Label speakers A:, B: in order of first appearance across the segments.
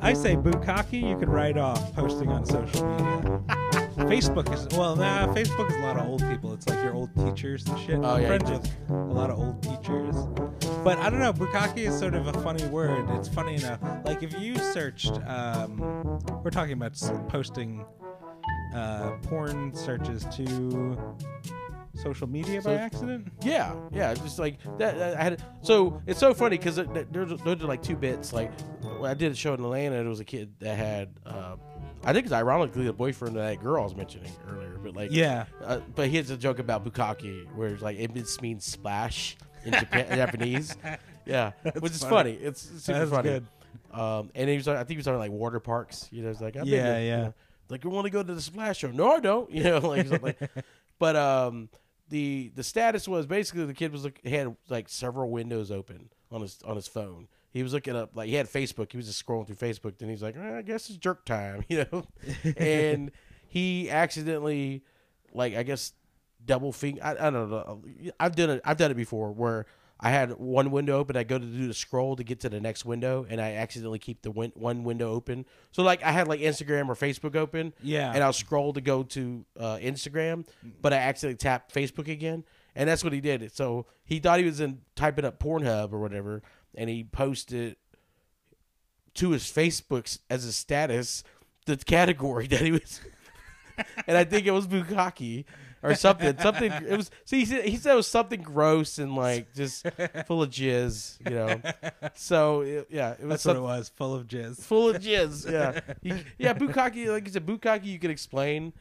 A: I say bukkake you can write off posting on social media. Facebook is well, nah. Facebook is a lot of old people. It's like your old teachers and shit.
B: Oh,
A: I'm
B: yeah,
A: friends
B: you
A: with a lot of old teachers, but I don't know. Bukkake is sort of a funny word. It's funny enough. Like if you searched, um, we're talking about s- posting uh, porn searches to social media by
B: So-
A: accident.
B: Yeah, yeah, it's just like that. that- I had so it's so funny because there's those are like two bits. Like when I did a show in Atlanta, there was a kid that had, uh, I think it's ironically the boyfriend of that girl I was mentioning earlier, but like
A: Yeah.
B: uh, but here's a joke about bukkake where it's like it just means splash in Japan, Japanese, yeah, which is funny.
A: funny.
B: It's super
A: That's
B: funny.
A: good.
B: Um, and he was I think he was talking like water parks. You know, it's like I've been
A: Yeah,
B: to- you
A: yeah.
B: know, like you want to go to the splash show? No, I don't. You know, like something. like- but um, the the status was basically the kid was look, he had like several windows open on his on his phone. He was looking up like he had Facebook. He was just scrolling through Facebook. Then he's like, "Eh, I guess it's jerk time, you know. and he accidentally, like I guess, double finger. I, I don't know. uh, I've done it. I've done it before where. I had one window open. I go to do the scroll to get to the next window, and I accidentally keep the win- one window open. So like I had like Instagram or Facebook open,
A: Yeah.
B: and I'll scroll to go to uh, Instagram, but I accidentally tapped Facebook again, and that's what he did. So he thought he was in typing up Pornhub or whatever, and he posted to his Facebook's as a status the category that he was, and I think it was bukkake or something. Something it was. See, he said, he said it was something gross and like just full of jizz, you know. So it- yeah, it was
A: That's
B: something
A: what it was. Full of jizz.
B: full of jizz. Yeah, You- yeah. Bukkake, like you said, bukkake, you can explain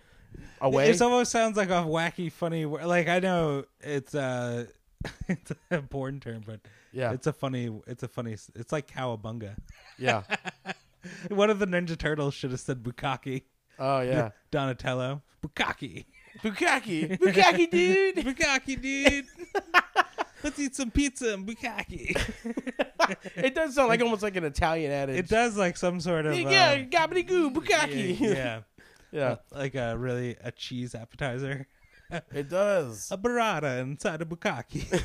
B: away.
A: It almost sounds like a wacky, funny. wor- Like I know it's a it's a porn term, but
B: Yeah.
A: it's a funny. It's a funny. s- It's like cowabunga.
B: yeah.
A: One of the Ninja Turtles should have said bukkake.
B: Oh yeah.
A: Donatello, bukkake,
B: bukkake, bukkake, dude.
A: bukkake, dude. Let's eat some pizza and bukkake.
B: It does sound like almost like an Italian adage.
A: It does like some sort of uh,
B: Yeah, gobbity goo, bukkake.
A: yeah,
B: Yeah,
A: like a really a cheese appetizer,
B: it does.
A: a burrata inside a bukkake.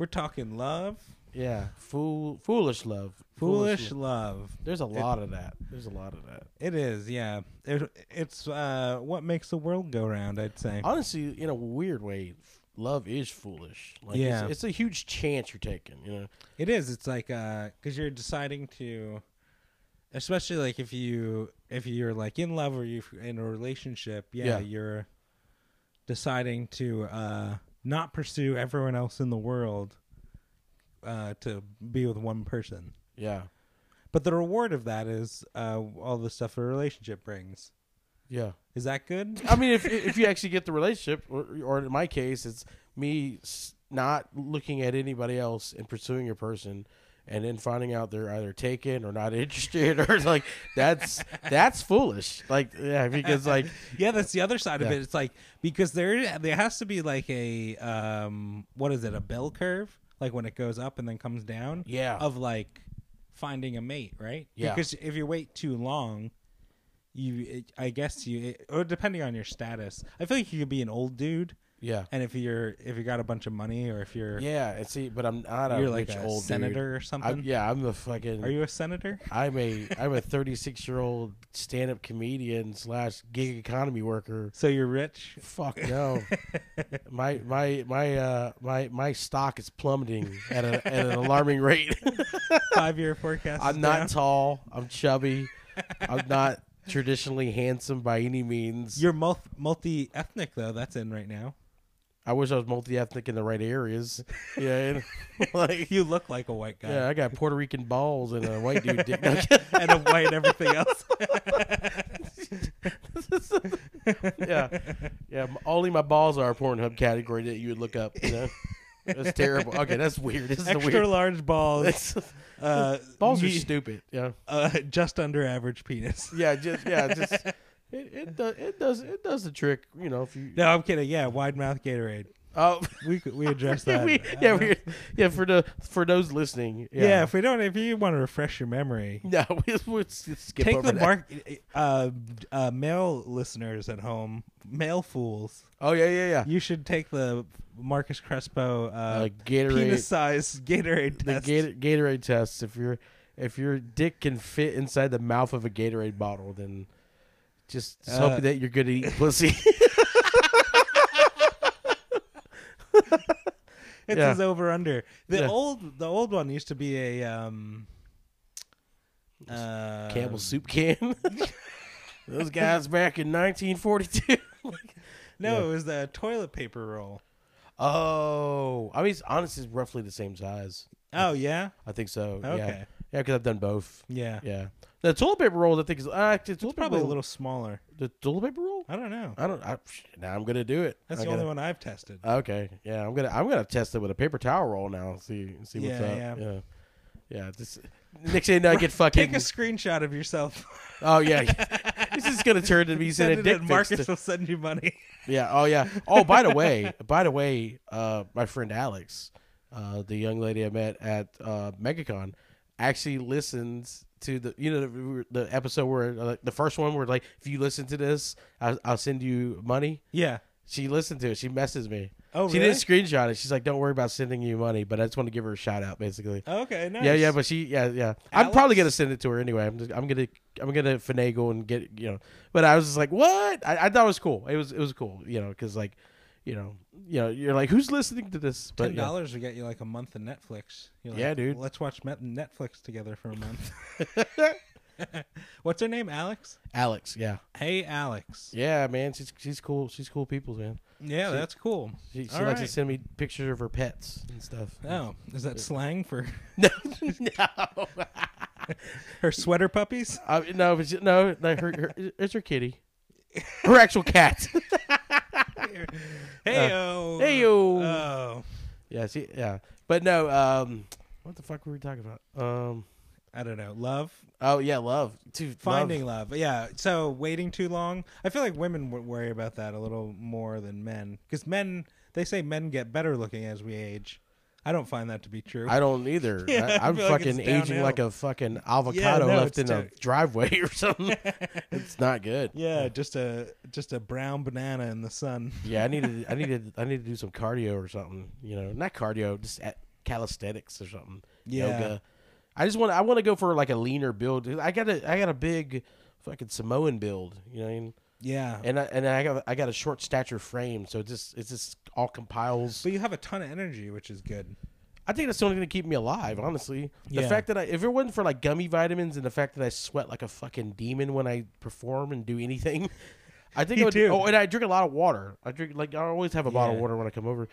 A: We're talking love.
B: Yeah, fool, foolish love,
A: Foolish
B: love.
A: love.
B: There's a lot of that. There's a lot of that.
A: It is, yeah. It, it's uh, what makes the world go round, I'd say.
B: Honestly, in a weird way, love is foolish. Like,
A: Yeah.
B: it's, it's a huge chance you're taking. You know.
A: It is. It's like because you're deciding to, especially like if you if you're like in love or you are in a relationship, yeah,
B: Yeah.
A: you're deciding to uh, not pursue everyone else in the world uh, to be with one person.
B: Yeah.
A: But the reward of that is uh, all the stuff a relationship brings.
B: Yeah.
A: Is that good?
B: I mean, if if you actually get the relationship, or, or in my case, it's me s- not looking at anybody else and pursuing a person, and then finding out they're either taken or not interested, or it's like that's that's foolish. Like yeah, because like
A: yeah that's the other side of
B: Yeah.
A: it it's like because there there has to be like a um what is it a bell curve like when it goes up and then comes down
B: Yeah.
A: of like finding a mate right
B: Yeah.
A: because if you wait too long you it, i guess you it, or depending on your status i feel like you could be an old dude
B: yeah,
A: and if you're if you got a bunch of money or if you're
B: yeah. And see, but I'm not a
A: you're like
B: rich
A: a
B: old dude.
A: senator or
B: I'm,
A: something
B: yeah, I'm a fucking.
A: are you a senator
B: I'm a I'm a 36 year old stand up comedian slash gig economy worker.
A: so you're rich
B: Fuck no. my my my uh my my stock is plummeting at, a, at an alarming rate.
A: five year forecast is
B: I'm not
A: down?
B: tall. I'm chubby. I'm not traditionally handsome by any means.
A: you're multi ethnic though that's in right now
B: I wish I was multi ethnic in the right areas. Yeah, and, like
A: you look like a white guy
B: yeah, I got Puerto Rican balls and a white dude dick.
A: and a white everything else.
B: yeah, yeah. m- Only my balls are a Pornhub category that you would look up. You know, that's terrible. Okay, that's weird. This is a
A: Extra
B: weird.
A: large balls. Uh,
B: balls are
A: me-
B: stupid. Yeah.
A: uh, just under average penis.
B: Yeah, just yeah, just it it does it does it does the trick, you know. If you
A: No, I'm kidding. Yeah, wide mouth Gatorade.
B: Oh,
A: We could- we addressed that. Uh,
B: we, yeah, we, yeah. For the for those listening,
A: yeah.
B: yeah,
A: If we don't, if you want to refresh your memory,
B: no, we, we'll s- skip
A: take
B: over
A: the
B: that.
A: mark. Uh, uh, male listeners at home, male fools,
B: Oh yeah, yeah, yeah.
A: you should take the Marcus Crespo uh,
B: Uh, Gatorade,
A: penis size Gatorade
B: the
A: test.
B: Gator, Gatorade tests. If your if your dick can fit inside the mouth of a Gatorade bottle, then just, just
A: Uh,
B: hope that you're good at eating pussy.
A: It's
B: Yeah.
A: his over under. The
B: Yeah.
A: old the old one used to be a um uh,
B: Campbell soup can. Those guys back in 1942.
A: No, it was the toilet paper roll.
B: oh, I mean, it's honestly it's roughly the same size.
A: Oh yeah,
B: I think so. Yeah,
A: Okay.
B: yeah, because I've done both.
A: yeah.
B: Yeah, the toilet paper rolls. I think is uh, actually, toilet
A: Probably
B: paper
A: a
B: roll-
A: little smaller.
B: The toilet paper roll.
A: I don't know.
B: I don't. I, now I'm gonna do it.
A: That's
B: Uh, I
A: the
B: gotta-
A: only one I've tested.
B: Okay. Yeah, I'm gonna I'm gonna test it with a paper towel roll now. See see what's
A: Yeah,
B: up.
A: yeah.
B: Yeah. Yeah. This next thing you know, I get
A: Take
B: fucking.
A: a screenshot of yourself.
B: oh yeah. this is gonna turn to me
A: Send
B: saying a
A: it
B: dick
A: and Marcus
B: Marcus.
A: will send you money.
B: Yeah. Oh yeah. Oh by the way, by the way, uh, my friend Alex, uh, the young lady I met at uh, MegaCon, actually listens to the you know the, the episode where uh, the first one where like if you listen to this, I'll, I'll send you money.
A: Yeah.
B: She listened to it. She messaged me.
A: Oh,
B: she
A: really?
B: didn't screenshot it. She's like, "Don't worry about sending you money," but I just want to give her a shout out, basically.
A: Okay. Nice.
B: Yeah, yeah, but she, yeah, yeah. I'm
A: Alex?
B: probably gonna send it to her anyway. I'm, just, I'm gonna, I'm gonna finagle and get, you know. But I was just like, "What?" I, I thought it was cool. It was, it was cool, you know, because like, you know, you know, you're like, "Who's listening to this?" But
A: Ten
B: yeah.
A: dollars would get you like a month of Netflix. You're like,
B: Yeah, dude.
A: Let's watch Met- Netflix together for a month. What's her name? Alex.
B: Alex, yeah,
A: Hey, Alex.
B: yeah, man, she's she's cool. She's cool people, man.
A: Yeah,
B: She-
A: that's cool.
B: She, she
A: All
B: likes
A: right.
B: to send me pictures of her pets and stuff.
A: Oh, is that slang for
B: no, no,
A: her sweater puppies?
B: Uh, no, but she- no, no, her, her, it's her kitty, her actual cat.
A: Hey yo,
B: heyo.
A: Uh, Oh,
B: yeah, she, yeah, but no. Um, what the fuck were we talking about? Um,
A: I don't know. Love
B: oh yeah, love, dude,
A: finding love. Yeah. So waiting too long. I feel like women would worry about that a little more than men because men they say men get better looking as we age. I don't find that to be true.
B: I don't either.
A: Yeah, I
B: I, I'm
A: feel like it's
B: fucking aging
A: downhill.
B: like a fucking avocado
A: no,
B: left
A: it's
B: in a
A: ter-
B: driveway or something. it's not good.
A: yeah, just a just a brown banana in the sun.
B: Yeah, I need to, I need to, I need to do some cardio or something. You know, not cardio, just at calisthenics or something.
A: Yeah.
B: Yoga. I just want, I want to go for like a leaner build. I got a, I got a big fucking Samoan build. You know, what I mean?
A: Yeah.
B: and I, and I got, I got a short stature frame, so it just, it just all compiles.
A: but you have a ton of energy, which is good.
B: I think that's the only thing to keep me alive, honestly. The
A: Yeah.
B: fact that I, if it wasn't for like gummy vitamins and the fact that I sweat like a fucking demon when I perform and do anything, I think I
A: You
B: would.
A: do.
B: Oh, and I drink a lot of water. I drink like I always have a bottle
A: Yeah.
B: of water when I come over.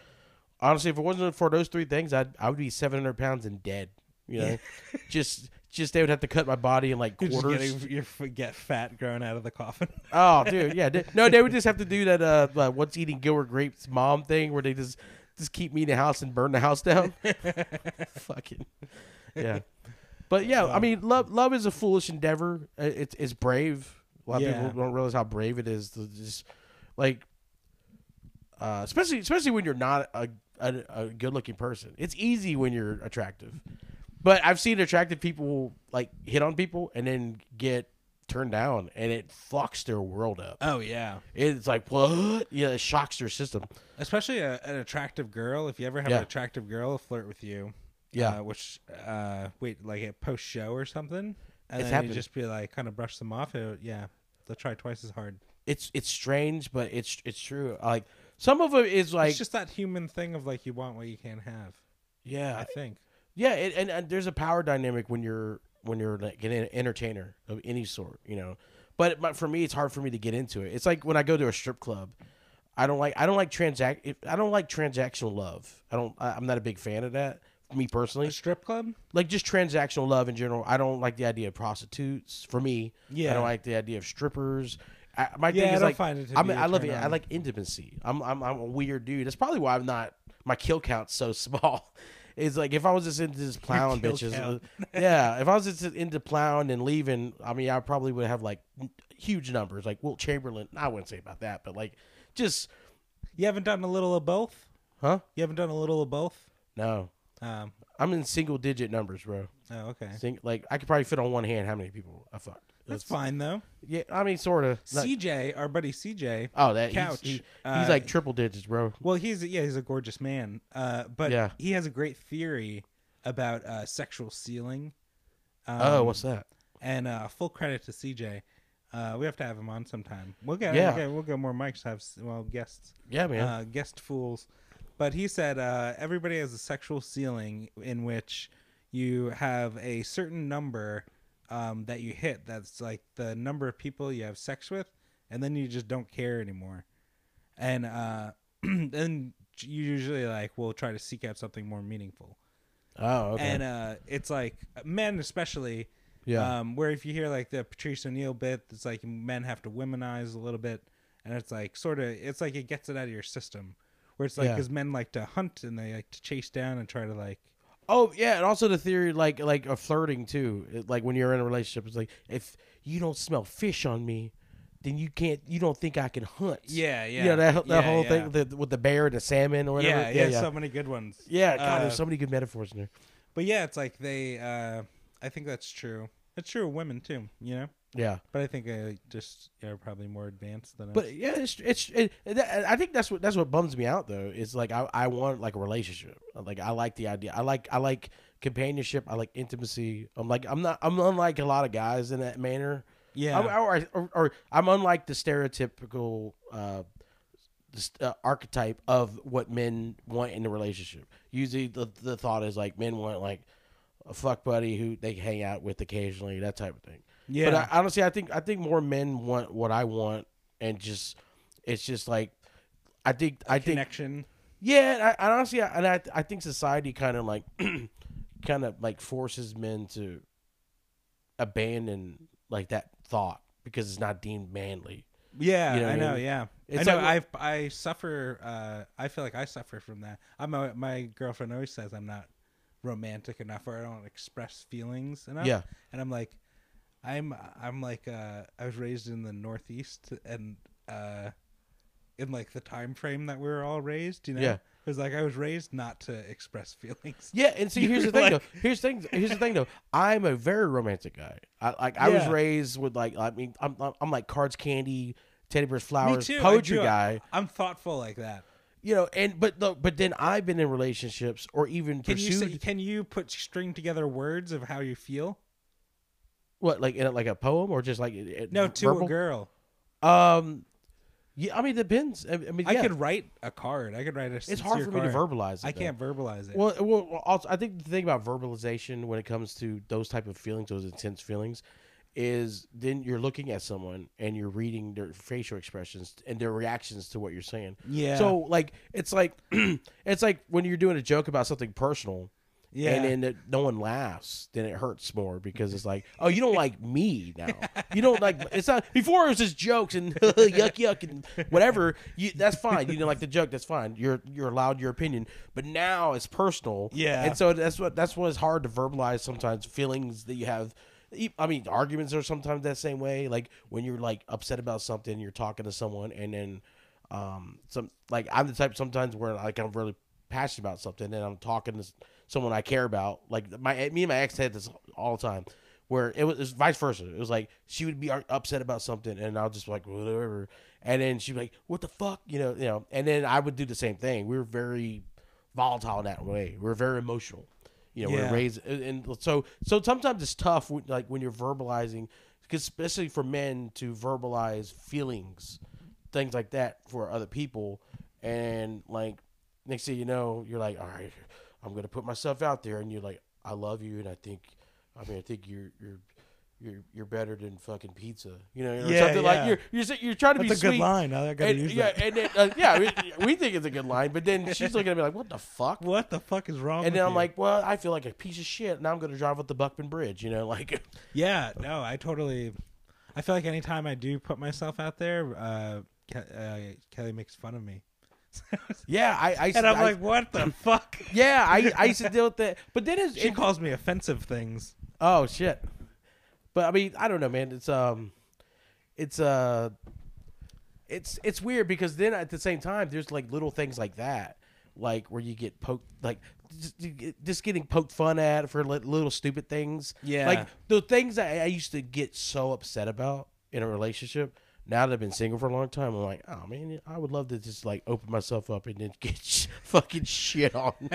B: Honestly, if it wasn't for those three things, I'd I would be seven hundred pounds and dead. You know, just just they would have to cut my body in like
A: You're just
B: quarters.
A: getting- you're f- get fat growing out of the coffin.
B: Oh, dude, yeah. They- no, they would just have to do that. Uh, like, what's eating Gilbert Grape's mom thing, where they just just keep me in the house and burn the house down. Fucking yeah. But yeah, I mean, love love is a foolish endeavor. Uh, It's it's brave. A lot
A: Yeah.
B: of people don't realize how brave it is to just like, uh, especially especially when you're not a a, a good looking person. It's easy when you're attractive. But I've seen attractive people like hit on people and then get turned down, and it fucks their world up.
A: Oh yeah.
B: It's like what? Yeah, it shocks their system.
A: especially a, an attractive girl if you ever have
B: Yeah.
A: an attractive girl flirt with you
B: Yeah.
A: uh, which uh wait like a post show or something and then
B: It's
A: you
B: happened.
A: just be like kind of brush them off it, yeah they'll try twice as hard
B: It's it's strange, but it's it's true. Like some of it is like
A: it's just that human thing of like you want what you can't have i
B: yeah,
A: think
B: yeah, it, and, and there's a power dynamic when you're when you're like an entertainer of any sort, you know. But, but for me, it's hard for me to get into it. It's like when I go to a strip club, I don't like I don't like transact I don't like transactional love. I don't I, I'm not a big fan of that. Me personally,
A: a strip club
B: like just transactional love in general. I don't like the idea of prostitutes for me.
A: Yeah.
B: I don't like the idea of strippers. I, my
A: Yeah,
B: thing
A: I
B: is
A: don't
B: like
A: find it to
B: I
A: be
B: mean,
A: a
B: I love
A: turn
B: it. I
A: on.
B: like intimacy. I'm I'm I'm a weird dude. That's probably why I'm not my kill count's so small. It's like if I was just into this plowing
A: kill
B: bitches, uh,
A: count.
B: yeah. If I was just into plowing and leaving, I mean, I probably would have like n- huge numbers, like Wilt Chamberlain. I wouldn't say about that, but like just
A: you haven't done a little of both
B: Huh?
A: You haven't done a little of both?
B: No.
A: Um,
B: I'm in single digit numbers, bro.
A: oh, okay.
B: Sing, like I could probably fit on one hand how many people I fucked.
A: That's fine though.
B: Yeah, I mean sort of.
A: CJ, our buddy CJ.
B: oh, that he's-
A: Couch,
B: he- he's,
A: uh,
B: like triple digits, bro.
A: Well, he's yeah, he's a gorgeous man. Uh, but
B: Yeah.
A: he has a great theory about uh, sexual sealing. Um,
B: oh, what's that?
A: and uh, full credit to CJ. Uh, we have to have him on sometime. We'll get
B: Yeah.
A: we'll get, we'll get more mics. Have s- well guests.
B: Yeah, man.
A: uh, guest fools. But he said uh, everybody has a sexual ceiling in which you have a certain number um, that you hit. That's like the number of people you have sex with, and then you just don't care anymore. And uh, then you usually like will try to seek out something more meaningful.
B: oh, okay.
A: And uh, it's like men especially.
B: yeah.
A: Um, where if you hear like the Patrice O'Neill bit, it's like men have to womanize a little bit, and it's like sort of it's like it gets it out of your system, where it's like
B: Yeah.
A: because men like to hunt and they like to chase down and try to like
B: oh, yeah, and also the theory like like of flirting too. It- like when you're in a relationship, it's like if you don't smell fish on me, then you can't. You don't think I can hunt.
A: yeah yeah
B: You know that, that whole thing the, with the bear and the salmon or whatever.
A: yeah, yeah
B: yeah.
A: so many good ones
B: Yeah, God,
A: Uh,
B: there's so many good metaphors in there.
A: but yeah it's like they uh, I think that's true it's true of women too you know
B: Yeah.
A: but I think I just are probably more advanced than us.
B: But yeah, it's it's. It, it- that- I think that's what that's what bums me out though. Is like I, I want like a relationship. Like I like the idea. I like I like companionship. I like intimacy. I'm like I'm not I'm unlike a lot of guys in that manner.
A: yeah
B: I'm, or, or, or I'm unlike the stereotypical uh, this, uh, archetype of what men want in a relationship. Usually, the, the thought is like men want like a fuck buddy who they hang out with occasionally, that type of thing. But
A: Yeah.
B: I, honestly, I think I think more men want what I want, and just it's just like I think I think
A: connection
B: yeah, and I, and honestly, I, and I, I think society kind of like, kind of like forces men to abandon like that thought because it's not deemed manly.
A: Yeah,
B: You know what
A: I
B: I
A: know.
B: mean?
A: Yeah,
B: It's
A: I know.
B: like-
A: I I suffer. Uh, I feel like I suffer from that. I'm a, my girlfriend always says I'm not romantic enough, or I don't express feelings enough.
B: Yeah.
A: and I'm like, I'm I'm like uh, I was raised in the Northeast, and uh, in like the time frame that we were all raised, you know,
B: Yeah.
A: it was like I was raised not to express feelings.
B: Yeah, and see, here's the
A: Like-
B: thing. though. Here's the thing. Here's the thing, though. I'm a very romantic guy. I like. I was
A: Yeah.
B: raised with like. I mean, I'm, I'm, I'm like cards, candy, teddy bears, flowers,
A: too, I
B: poetry
A: do.
B: guy.
A: I'm thoughtful like that.
B: You know, and but the, but then I've been in relationships or even
A: Can you
B: pursued
A: say, can you put string together words of how you feel?
B: what like in a, like a poem or just like it-
A: No, to
B: verbal?
A: a girl.
B: Um, yeah, I mean, it depends. I, I mean,
A: I
B: yeah,
A: could write a card. I could write a.
B: it's hard for me to verbalize. It,
A: I
B: though.
A: can't verbalize it.
B: Well, well, well, also, I think the thing about verbalization when it comes to those type of feelings, those intense feelings, is then you're looking at someone and you're reading their facial expressions and their reactions to what you're saying.
A: yeah.
B: So like, it's like, it's like when you're doing a joke about something personal.
A: yeah.
B: And then it, no one laughs, then it hurts more because it's like, oh, you don't like me now. You don't like it's not before it was just jokes and yuck yuck and whatever. You, that's fine. You didn't like the joke. That's fine. You're you're allowed your opinion, but now it's personal.
A: Yeah.
B: And so that's what that's what it's hard to verbalize sometimes feelings that you have. E- I mean, arguments are sometimes that same way. Like when you're like upset about something, you're talking to someone, and then um some like I'm the type sometimes where like I'm really passionate about something and I'm talking to s- someone I care about. Like my me and my ex had this all the time where it was, it was vice versa. It was like she would be ar- upset about something and I'll just be like whatever, and then she'd be like what the fuck, you know, you know, and then I would do the same thing. We were very volatile in that way. We were very emotional. You know,
A: Yeah.
B: we're raised, and and so so sometimes it's tough, when, like when you're verbalizing, 'cause especially for men to verbalize feelings things like that for other people and like next thing you know you're like all right i'm gonna put myself out there and you're like i love you and i think i mean i think you're you're you're, you're better than fucking pizza you know or
A: Yeah,
B: something
A: yeah.
B: like you're you're, sa- you're trying to be sweet
A: line. I
B: and, yeah, and then, uh, yeah, we, we think it's a good line, but then she's looking at me like, "What the fuck?"
A: What the fuck is wrong? with
B: And then I'm
A: you?
B: like, "Well, I feel like a piece of shit." Now I'm gonna drive up the Buckman Bridge, you know, like,
A: yeah, no, I totally. I feel like anytime I do put myself out there, uh, Ke- uh, Kelly makes fun of me,
B: yeah, I, I,
A: and I'm
B: I-
A: like, what the fuck?
B: yeah, I, I used to deal with that, but then it's,
A: She
B: it-
A: calls me offensive things.
B: Oh shit. But I mean, I don't know, man. It's um, it's uh, it's it's weird because then at the same time, there's like little things like that like where you get poked, like just, you get- just getting poked fun at for li- little stupid things.
A: Yeah.
B: like the things I, I used to get so upset about in a relationship. Now that I've been single for a long time, I'm like, oh man, I would love to just like open myself up and then get sh- fucking shit on.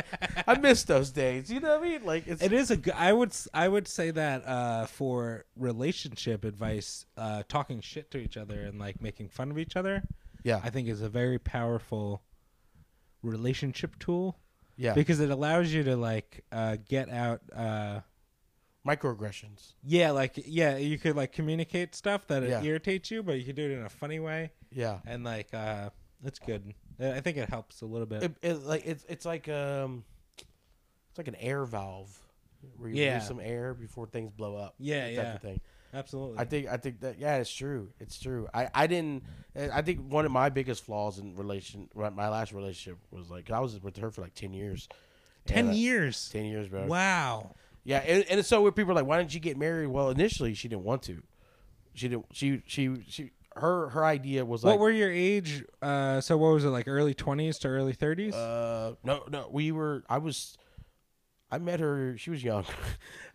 B: I miss those days. You know what I mean? Like it's
A: It is a. g- I would. s- I would say that uh, for relationship advice, uh, talking shit to each other and like making fun of each other,
B: yeah,
A: I think is a very powerful relationship tool
B: yeah,
A: because it allows you to like uh, get out. Uh,
B: microaggressions.
A: yeah, like yeah, you could like communicate stuff that
B: Yeah.
A: irritates you, but you could do it in a funny way,
B: Yeah,
A: and like uh, that's good. Uh, I I think it helps a little bit.
B: it, it like it's it's like um, it's like an air valve where you
A: Yeah.
B: lose some air before things blow up.
A: Yeah,
B: that
A: yeah.
B: Type of thing.
A: Absolutely.
B: I think I think that yeah, it's true. It's true. I I didn't. I think one of my biggest flaws in relation my my last relationship was like I was with her for like ten years.
A: Ten
B: And, uh,
A: years.
B: Ten years, bro.
A: Wow.
B: Yeah, and, and it's so weird. People are like, "Why didn't you get married?" Well, initially she didn't want to. She didn't. She she she. Her her idea was like
A: what were your age? Uh, so what was it like? Early twenties to early thirties.
B: Uh, no, no, we were. I was. I met her. She was young.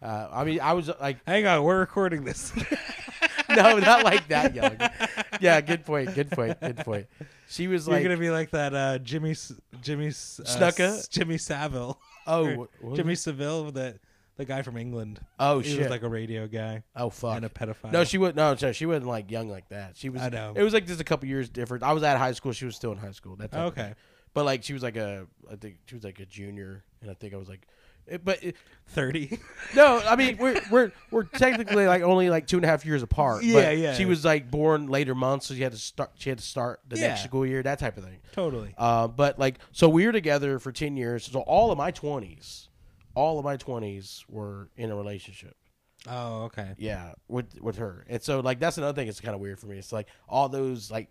B: Uh, I mean, I was like,
A: Hang on, we're recording this.
B: no, not like that young. Yeah, good point. Good point. Good point. She was
A: You're
B: like,
A: gonna be like that uh, Jimmy S- Jimmy S- uh,
B: Snuka?
A: S- Jimmy Savile,
B: oh, what- what was
A: Jimmy
B: it?
A: Savile, that the guy from England.
B: Oh
A: he
B: shit.
A: was like a radio guy
B: oh fuck.
A: and a pedophile.
B: no, she was no, no, she wasn't like young like that. She was.
A: I know.
B: It was like just a couple years different. I was at high school. She was still in high school. That type of thing.
A: okay,
B: But like, she was like a. I think she was like a junior, and I think I was like. it- But it-
A: thirty.
B: No, I mean we're we're we're technically like only like two and a half years apart.
A: Yeah,
B: but
A: yeah.
B: She was like born later months, so she had to start. She had to start the next
A: Yeah.
B: school year, that type of thing.
A: totally.
B: Uh, but like, so we were together for ten years. So all of my twenties, all of my twenties were in a relationship.
A: Oh, okay.
B: Yeah, with with her, and so like that's another thing. that's kind of weird for me. It's like all those like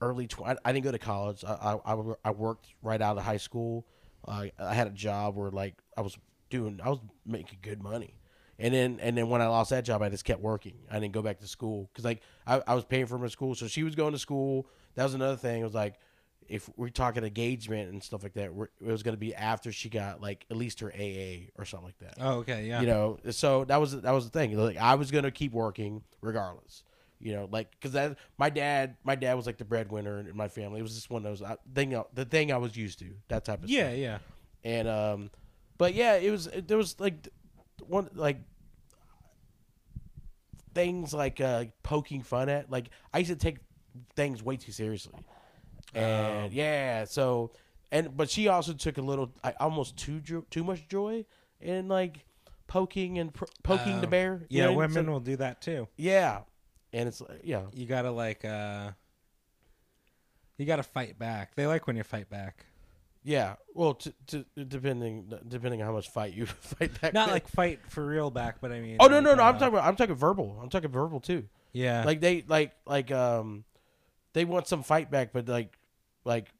B: early. Tw- I, I didn't go to college. I, I- I w- I worked right out of high school. Uh, I had a job where like I was doing. I was making good money, and then and then when I lost that job, I just kept working. I didn't go back to school because like I, I was paying for my school, so she was going to school. That was another thing. It was like if we're talking engagement and stuff like that, we're, it was going to be after she got like at least her AA or something like that
A: Oh, okay. Yeah.
B: you know so that was that was the thing like i was gonna keep working regardless you know like because that my dad my dad was like the breadwinner in my family it was just one of those I, thing I- the thing i was used to that type of
A: yeah.
B: stuff.
A: Yeah.
B: and um but yeah it was there was like one like things like uh poking fun at like i used to take things way too seriously
A: Oh.
B: and yeah so and but she also took a little I, almost too jo- too much joy in like poking and pr- poking the
A: Um,
B: bear you
A: Yeah.
B: know?
A: women
B: So-
A: will do that too.
B: yeah and it's like yeah
A: You gotta like. uh You gotta fight back. They like when you fight back.
B: yeah well t- t- depending depending on how much fight you fight back
A: Not
B: with.
A: like fight for real back, but I mean.
B: oh no no
A: like,
B: no i'm
A: uh,
B: talking about i'm talking verbal i'm talking verbal too
A: Yeah.
B: like they like like um they want some fight back but like like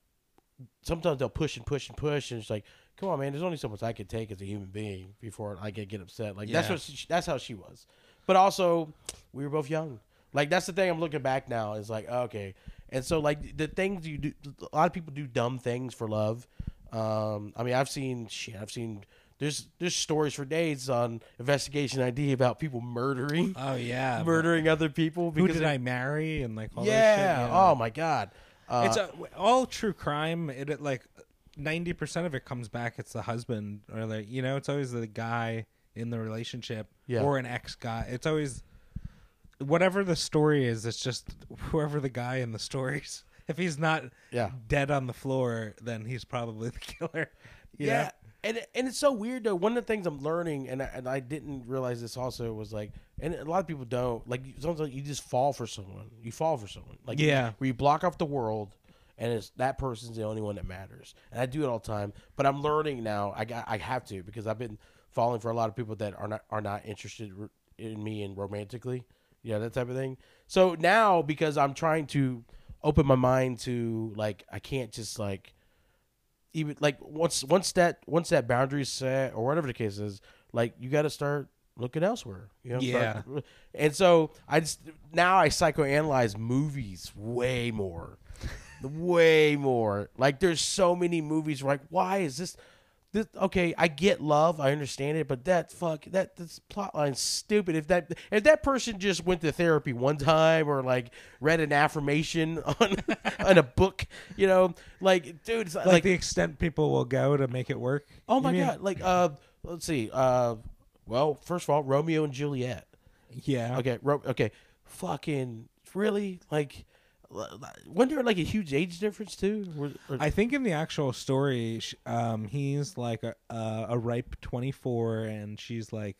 B: sometimes they'll push and push and push and it's like come on man there's only so much i could take as a human being before i could get upset like that's
A: Yeah.
B: what she, that's how she was but also we were both young like that's the thing i'm looking back now is like okay and so like the things you do a lot of people do dumb things for love um i mean i've seen shit i've seen there's there's stories for days on investigation id about people murdering
A: oh yeah. but-
B: murdering other people
A: who
B: because
A: did
B: of-
A: I marry and like all
B: yeah.
A: that shit.
B: Oh my god. Uh,
A: it's a, all true crime. It, it, like ninety percent of it comes back. It's the husband or like you know, it's always the guy in the relationship
B: Yeah.
A: or an ex guy. It's always whatever the story is. It's just whoever the guy in the stories. If he's not
B: Yeah.
A: dead on the floor, then he's probably the killer. you know?
B: yeah. And, and it's so weird though. One of the things I'm learning, and I, and I didn't realize this also was like, and a lot of people don't like. Sometimes you just fall for someone. You fall for someone. Like
A: Yeah.
B: where you block off the world, and it's that person's the only one that matters. And I do it all the time. But I'm learning now. I got I have to because I've been falling for a lot of people that are not are not interested r- in me and romantically. Yeah, that type of thing. So now because I'm trying to open my mind to like I can't just like even like once once that once that boundary's set or whatever the case is, like you got to start looking elsewhere. You know,
A: Yeah.
B: start- and so I just now I psychoanalyze movies way more. way more. Like there's so many movies where like why is this this okay, I get love, I understand it, but that fuck that this plot line's stupid. If that if that person just went to therapy one time or like read an affirmation on on a book, you know, like dude, it's like,
A: like, the extent people will go to make it work.
B: oh
A: you
B: my
A: mean?
B: god, like uh let's see. Uh well, first of all, Romeo and Juliet.
A: Yeah.
B: Okay, ro- okay. Fucking really? Like l- l- wasn't there like a huge age difference too? Or- or-
A: I think in the actual story, sh- um, he's like a, a, a ripe 24 and she's like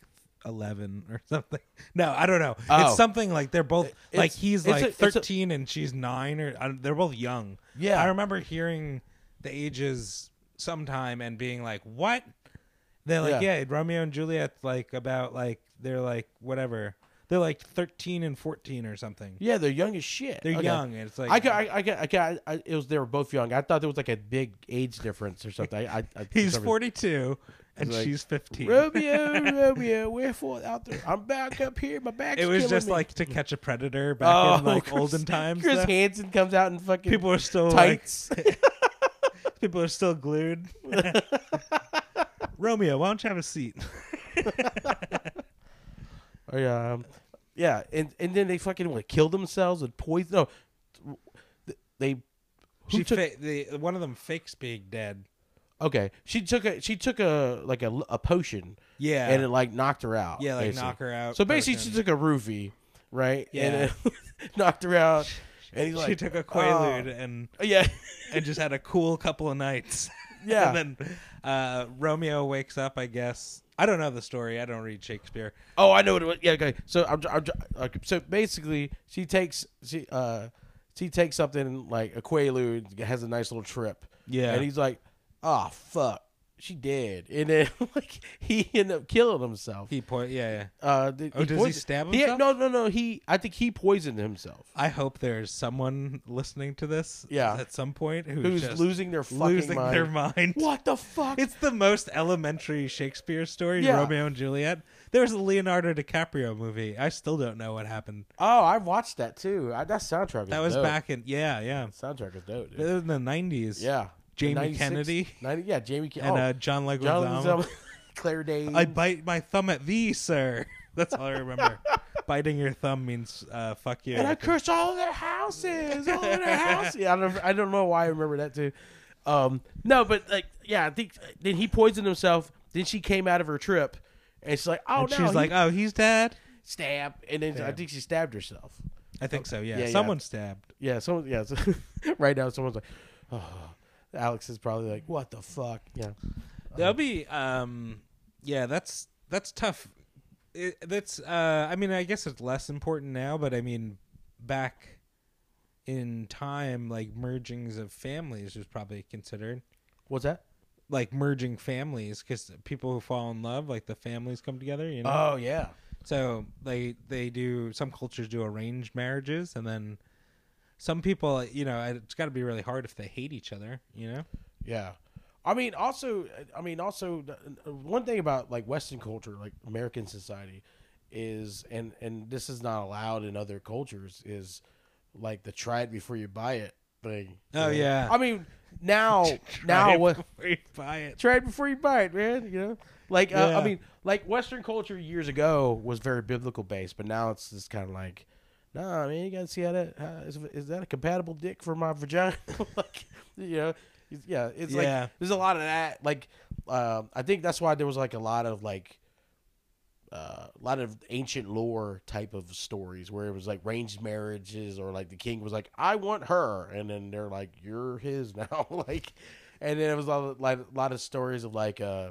A: 11 or something. No, I don't know.
B: Oh.
A: It's something like they're both like
B: it's-
A: he's
B: it's
A: like
B: a- it's a-
A: 13 and she's nine or I don't- they're both young.
B: Yeah.
A: I remember hearing the ages sometime and being like, what? They're like,
B: Yeah.
A: yeah, Romeo and Juliet's like about like, they're like, whatever. They're like 13 and 14 or something.
B: Yeah, they're young as shit.
A: They're
B: Okay.
A: young. And it's like,
B: I got, I, I got, I got. I, it was they were both young. I thought there was like a big age difference or something. I, I, I
A: he's
B: for
A: 42 and
B: He's like,
A: she's 15.
B: Romeo, Romeo, wherefore out there? I'm back up here. My back's
A: It was
B: killing
A: just
B: me.
A: like to catch a predator back
B: oh,
A: in like
B: Chris-
A: olden times.
B: Chris
A: though.
B: Hansen comes out and fucking
A: people are still like,
B: tights.
A: people are still glued. Romeo, why don't you have a seat?
B: Oh, yeah, um, yeah, and and then they fucking want to kill themselves with poison. No, th- they. Who
A: she
B: took,
A: fa- the, one of them fakes being dead.
B: okay, she took a she took a like a, l- a potion
A: Yeah,
B: and it like knocked her out.
A: yeah, like
B: basically.
A: knock her out.
B: So basically, she
A: potion.
B: took a roofie, right? And it knocked her out. And he's like,
A: she took a quaalude and
B: "Oh, yeah,
A: and just had a cool couple of nights.
B: yeah.
A: and then uh, Romeo wakes up. I guess I don't know the story. I don't read Shakespeare.
B: oh, I know what it was. Yeah, okay. So I'm, I'm okay. so basically, she takes she uh she takes something like a quaalude, has a nice little trip.
A: Yeah.
B: and he's like, oh fuck, she dead. And then like he ended up killing himself.
A: He point. Yeah, yeah.
B: uh, th-
A: Oh, does he
B: poisoned-
A: stab
B: he-
A: himself?
B: no, no, no. He I think he poisoned himself.
A: I hope there's someone listening to this.
B: Yeah.
A: at some point who's,
B: Who's
A: just
B: losing their fucking
A: losing
B: mind.
A: their mind.
B: What the fuck?
A: It's the most elementary Shakespeare story,
B: Yeah.
A: Romeo and Juliet. There was a Leonardo DiCaprio movie. I still don't know what happened.
B: Oh, I watched that too. I, that soundtrack.
A: That
B: is
A: was
B: dope.
A: back in yeah, yeah.
B: Soundtrack is dope. Dude.
A: It was in the nineties.
B: Yeah,
A: Jamie
B: 96
A: Kennedy.
B: 90, yeah, Jamie oh, Kennedy.
A: And uh, John
B: John
A: Leguizamo.
B: Claire Danes.
A: I bite my thumb at thee, sir. That's all I remember. Biting your thumb means uh, fuck you.
B: and I cursed all their houses, all their houses. Yeah, I don't, I don't know why I remember that too. Um, no, but like, yeah, I think then he poisoned himself. Then she came out of her trip, and she's like, "Oh
A: and
B: no!"
A: she's
B: he
A: like, "Oh, he's dead."
B: "Stab!" And then I think she stabbed herself.
A: I think so. Yeah,
B: Oh, Yeah, yeah.
A: someone stabbed.
B: Yeah, someone. Yeah, so, right now someone's like, "Oh." Alex is probably like, "What the fuck?" Yeah,
A: That'll be um yeah, that's that's tough. It, that's uh I mean I guess it's less important now, but I mean back in time like mergings of families was probably considered
B: what's that?
A: like merging families cuz people who fall in love like the families come together, you know.
B: Oh yeah.
A: So they they do some cultures do arranged marriages and then some people, you know, it's got to be really hard if they hate each other, you know.
B: Yeah. I mean, also, I mean, also, uh, one thing about like Western culture, like American society, is, and and this is not allowed in other cultures, is like the try it before you buy it thing.
A: Oh,
B: You know?
A: yeah.
B: I mean, now,
A: Try
B: now
A: it
B: what?
A: before you buy it.
B: Try it before you buy it, man. You know, like uh,
A: Yeah.
B: I mean, like Western culture years ago was very biblical based, but now it's just kind of like, nah, man, you gotta see how that how, is, is that a compatible dick for my vagina? like, you know, it's- yeah, it's
A: Yeah.
B: like there's a lot of that. Like, um, I think that's why there was like a lot of like. Uh, a lot of ancient lore type of stories where it was like ranged marriages or like the king was like I want her and then they're like you're his now like and then it was a lot of, like a lot of stories of like uh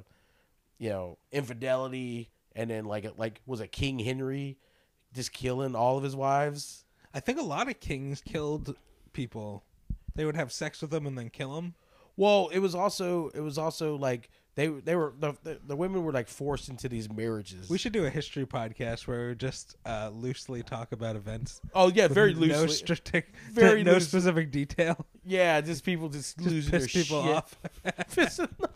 B: you know infidelity and then like like was it King Henry just killing all of his wives
A: I think a lot of kings killed people. They would have sex with them and then kill them.
B: Well, it was also it was also like they they were the the, the women were like forced into these marriages.
A: We should do a history podcast where we just uh, loosely talk about events.
B: oh yeah, very
A: loose, No,
B: loosely.
A: strate-
B: Very
A: no
B: loose-
A: specific detail.
B: yeah, just people just,
A: Just
B: losing
A: piss
B: their
A: people
B: shit.
A: off.
B: Pissing off.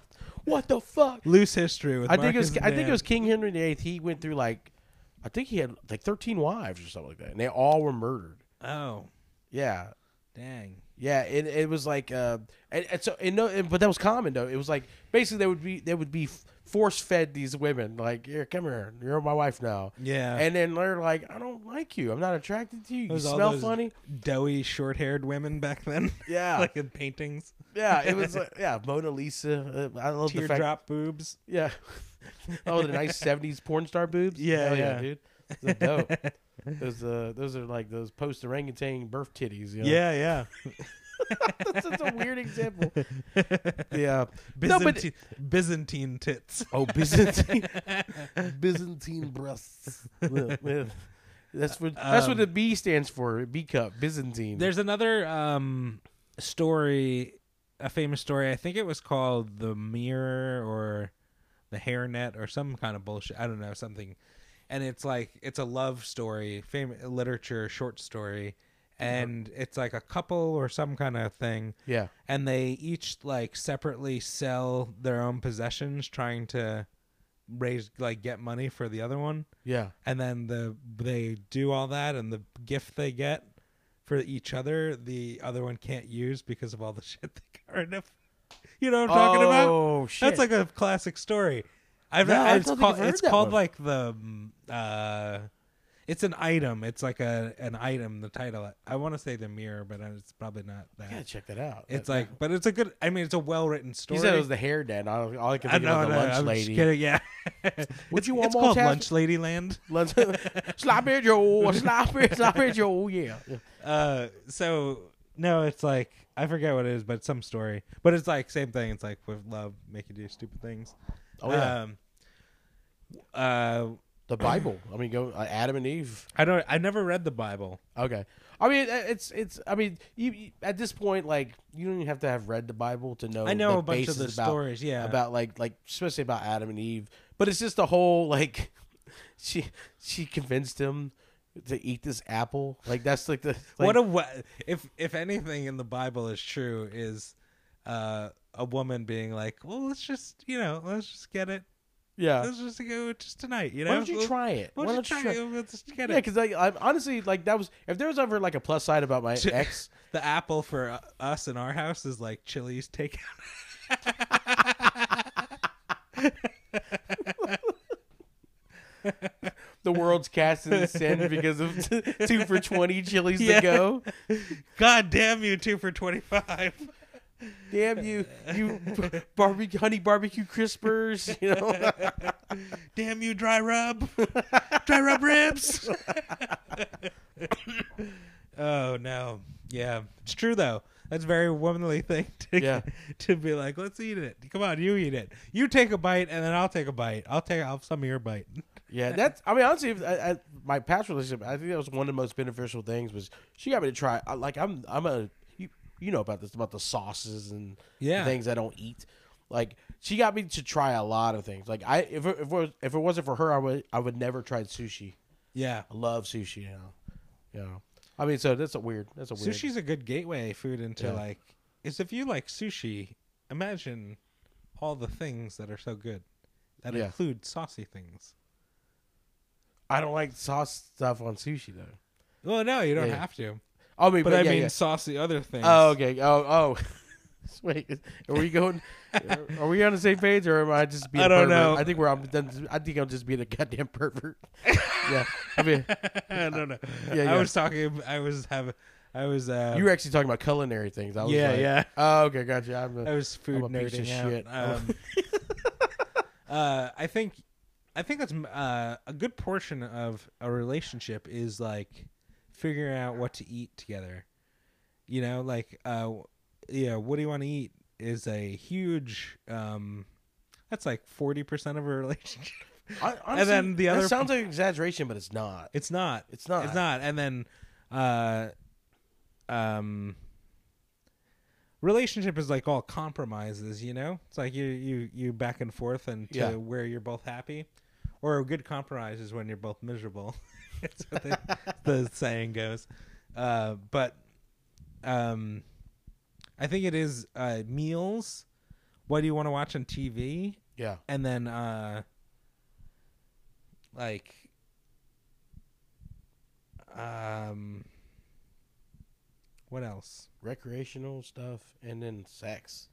B: What the fuck?
A: loose history with
B: I think it was
A: Marcus and
B: I think it
A: Dan.
B: was King Henry VIII. He went through like I think he had like thirteen wives or something like that, and they all were murdered.
A: Oh,
B: Yeah,
A: dang.
B: Yeah, it, it was like, uh, and, and so and no, and, but that was common though. It was like basically they would be they would be force fed these women like, here, come here, you're my wife now.
A: Yeah.
B: and then they're like, I don't like you. I'm not attracted to you.
A: It
B: You
A: was all
B: smell
A: those
B: funny.
A: doughy, short-haired women back then.
B: Yeah.
A: like in paintings,
B: Yeah, it was like, yeah, Mona Lisa. Uh, I love the fact.
A: teardrop boobs.
B: Yeah. oh, the nice '70s porn star boobs.
A: Yeah,
B: Hell
A: yeah.
B: dude. Those are dope. those uh, those are like those post orangutan birth titties. You know?
A: Yeah, yeah.
B: that's such a weird example. Yeah, No, but-
A: Byzantine, Byzantine tits.
B: Oh, Byzantine, Byzantine breasts. Yeah, yeah. That's what that's what the
A: Um,
B: B stands for. B cup, Byzantine.
A: There's another um, story, a famous story. I think it was called the mirror or the hairnet or some kind of bullshit. I don't know something. And it's like it's a love story, famous literature short story, and it's like a couple or some kind of thing.
B: yeah,
A: And they each like separately sell their own possessions, trying to raise like get money for the other one
B: yeah.
A: and then the they do all that and the gift they get for each other the other one can't use because of all the shit they got rid of you know what i'm talking about
B: Oh shit!
A: that's like a classic story i've,
B: No, I
A: it's
B: don't think
A: called,
B: I've heard
A: it's
B: that
A: called
B: one.
A: like the um, uh it's an item it's like a an item the title i want to say the mirror but it's probably not that
B: I gotta check that out.
A: it's like but it's a good i mean it's a well-written
B: he
A: story
B: said it was the hair dad. All, all I could
A: I
B: think
A: know,
B: of was
A: no,
B: the lunch
A: I'm just
B: lady.
A: kidding. Yeah,
B: Would you want
A: it's
B: more
A: called
B: taffy?
A: Lunch Lady Land?
B: Lunch, sloppy Joe, sloppy, sloppy Joe. Yeah,
A: Uh, so no, it's like I forget what it is, but it's some story. But it's like same thing. It's like with love, make you do stupid things.
B: Oh, yeah.
A: Um, uh,
B: the Bible. I mean, go uh, Adam and Eve.
A: I don't. I never read the Bible.
B: Okay. I mean, uh, it's it's. I mean, you, you at this point, like, you don't even have to have read the Bible to know.
A: I know
B: the
A: a bunch of
B: Oh, basis
A: the
B: about,
A: stories. Yeah.
B: about like like especially about Adam and Eve. But it's just the whole like, she she convinced him to eat this apple. Like that's like the like,
A: what a wa- if if anything in the Bible is true is uh, a woman being like, well, let's just you know, let's just get it.
B: yeah.
A: Let's just go just tonight. You know,
B: Uh, Why don't you
A: We'll-
B: try it?
A: Why don't you try it? Let's just get
B: Yeah,
A: it.
B: because like, I'm honestly like that was if there was ever like a plus side about my
A: Ch-
B: ex.
A: The apple for uh, us in our house is like Chili's takeout.
B: the world's cast in sin because of t- two for twenty chilies
A: Yeah.
B: to go.
A: God damn you, two for 25.
B: Damn you, you barbecue honey barbecue crispers. You know,
A: Damn you, dry rub. dry rub ribs. oh, no. Yeah. It's true, though. That's a very womanly thing to,
B: Yeah.
A: to be like, let's eat it. Come on, you eat it. You take a bite, and then I'll take a bite. I'll take I'll have some of your bite.
B: yeah. That's I mean honestly, if- I, I, my past relationship, I think that was one of the most beneficial things was she got me to try. I, like I'm I'm a you, you know about this about the sauces and
A: Yeah.
B: things I don't eat. Like she got me to try a lot of things. Like I if it, if it, was, if it wasn't for her, I would I would never tried sushi.
A: Yeah.
B: I love sushi now. Yeah. I mean, so that's a weird. That's a weird.
A: Sushi's a good gateway food into
B: Yeah.
A: like, is if you like sushi, imagine all the things that are so good that
B: Yeah.
A: include saucy things.
B: I don't like sauce stuff on sushi though.
A: Well, no, you don't
B: Yeah.
A: have to.
B: I mean,
A: But I
B: yeah,
A: mean,
B: yeah.
A: saucy other things.
B: Oh, okay. Oh, oh. Wait, is- are we going? Are we on the same page, or am I just being?
A: I
B: a
A: don't
B: pervert?
A: know.
B: I think we're. I'm, done- I think I'm just being a goddamn pervert. yeah. I mean,
A: I don't know.
B: yeah.
A: I was talking. I was have. I was. Uh,
B: you were actually talking about culinary things. I was
A: Yeah,
B: like,
A: yeah.
B: Oh, okay, gotcha. I'm a,
A: I was food
B: I'm a piece of
A: nerding out.
B: shit.
A: Um, uh, I think. I think that's uh, a good portion of a relationship is like figuring out what to eat together. You know, like, uh, yeah, what do you want to eat is a huge. Um, that's like forty percent of a relationship.
B: I, honestly,
A: then the
B: that
A: other-
B: sounds like an exaggeration, but it's not.
A: It's not.
B: It's not.
A: It's not. And then, uh, um, relationship is like all compromises. You know, it's like you you you back and forth and to
B: Yeah.
A: where you're both happy, or a good compromise is when you're both miserable. That's what the, the saying goes. Uh, but, um, I think it is uh, meals. What do you want to watch on TV?
B: Yeah.
A: and then uh like um What else?
B: recreational stuff, and then sex,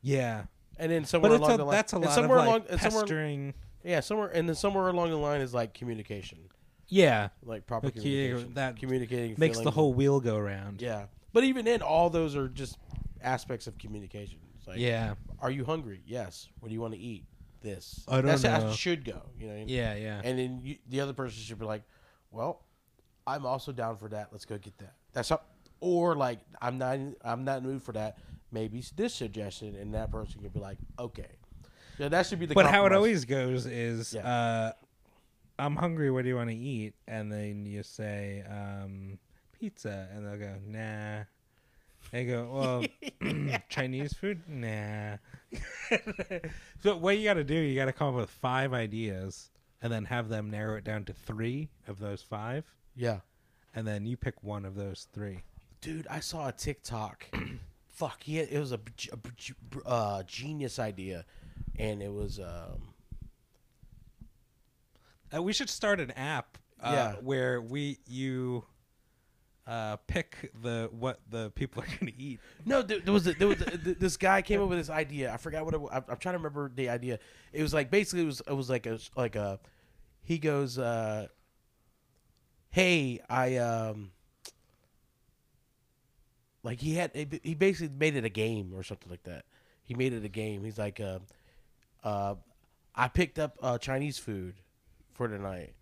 A: Yeah,
B: and then somewhere
A: but it's
B: along
A: a,
B: the line,
A: that's a
B: and
A: lot of
B: somewhere
A: like
B: along, and somewhere,
A: pestering.
B: yeah, somewhere, and then somewhere along the line is like communication,
A: Yeah,
B: like proper
A: Okay,
B: communication,
A: that
B: communicating
A: makes the
B: feelings.
A: whole wheel go round.
B: yeah. But even then, all those are just aspects of communication. It's like,
A: yeah,
B: Are you hungry? Yes. What do you want to eat? This.
A: I don't
B: That's how
A: know.
B: it should go. You know.
A: yeah, yeah.
B: And then you, the other person should be like, "Well, I'm also down for that. Let's go get that." That's how. Or like, I'm not. in- I'm not in the mood for that. Maybe it's this suggestion, and that person could be like, "Okay." Yeah, that should be the.
A: But how it
B: compromise.
A: always goes is,
B: Yeah.
A: uh, I'm hungry. What do you want to eat? And then you say um, pizza, and they'll go nah. They go well, Chinese food nah. so what you got to do? You got to come up with five ideas, and then have them narrow it down to three of those five,
B: Yeah,
A: and then you pick one of those three.
B: dude, I saw a TikTok. Fuck, he had, it was a, g- a g- uh, genius idea, and it was um,
A: Uh, we should start an app uh,
B: Yeah.
A: where we you uh, pick the what the people are going to eat.
B: No, there, there was a, there was a, th- this guy came up with this idea. I forgot what it, wa- I'm, I'm trying to remember the idea. It was like basically it was it was like a like a he goes, uh, "Hey, I um." Like he had, he basically made it a game or something like that. He made it a game. He's like, uh, uh, I picked up uh, Chinese food for tonight,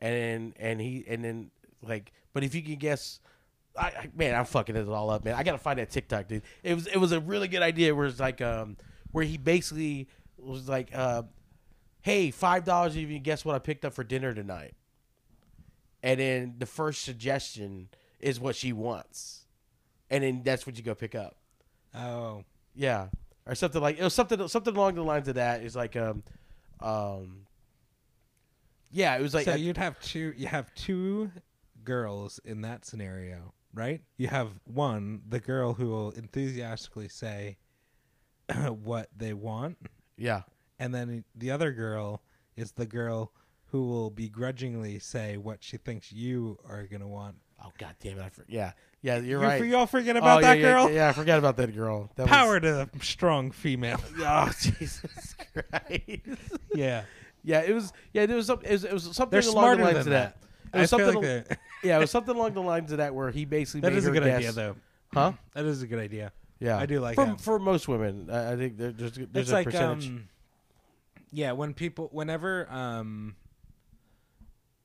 B: and and he and then like, but if you can guess, I, I man, I'm fucking it all up, man. I gotta find that TikTok, dude. It was it was a really good idea where it's like um where he basically was like uh, hey, five dollars if you can guess what I picked up for dinner tonight, and then the first suggestion is what she wants, and then that's what you go pick up.
A: Oh,
B: Yeah, or something like it was something something along the lines of that. Is like um, um, yeah, it was like
A: so you'd have two. You have two girls in that scenario, right? You have one, the girl who will enthusiastically say what they want,
B: yeah,
A: and then the other girl is the girl who will begrudgingly say what she thinks you are going to want.
B: oh god damn it, I for, yeah, yeah, you're
A: You-
B: right.
A: Y'all forget
B: Oh,
A: about
B: yeah,
A: that
B: yeah,
A: girl.
B: Yeah, I forgot about that girl. That was-
A: Power to the strong female.
B: Oh Jesus Christ!
A: yeah.
B: yeah, it was. Yeah, there was. Some, it was, it was something
A: They're
B: along
A: smarter
B: the lines
A: than
B: of that. It
A: I
B: was
A: feel
B: something.
A: like
B: al-
A: that,
B: yeah, it was something along the lines of that where he basically
A: that
B: made
A: is a
B: her
A: good
B: guess,
A: idea, though.
B: huh?
A: That is a good idea.
B: Yeah,
A: I do like
B: for,
A: him.
B: for most women. I, I think there, there's there's
A: it's
B: a
A: like
B: percentage.
A: um yeah when people whenever um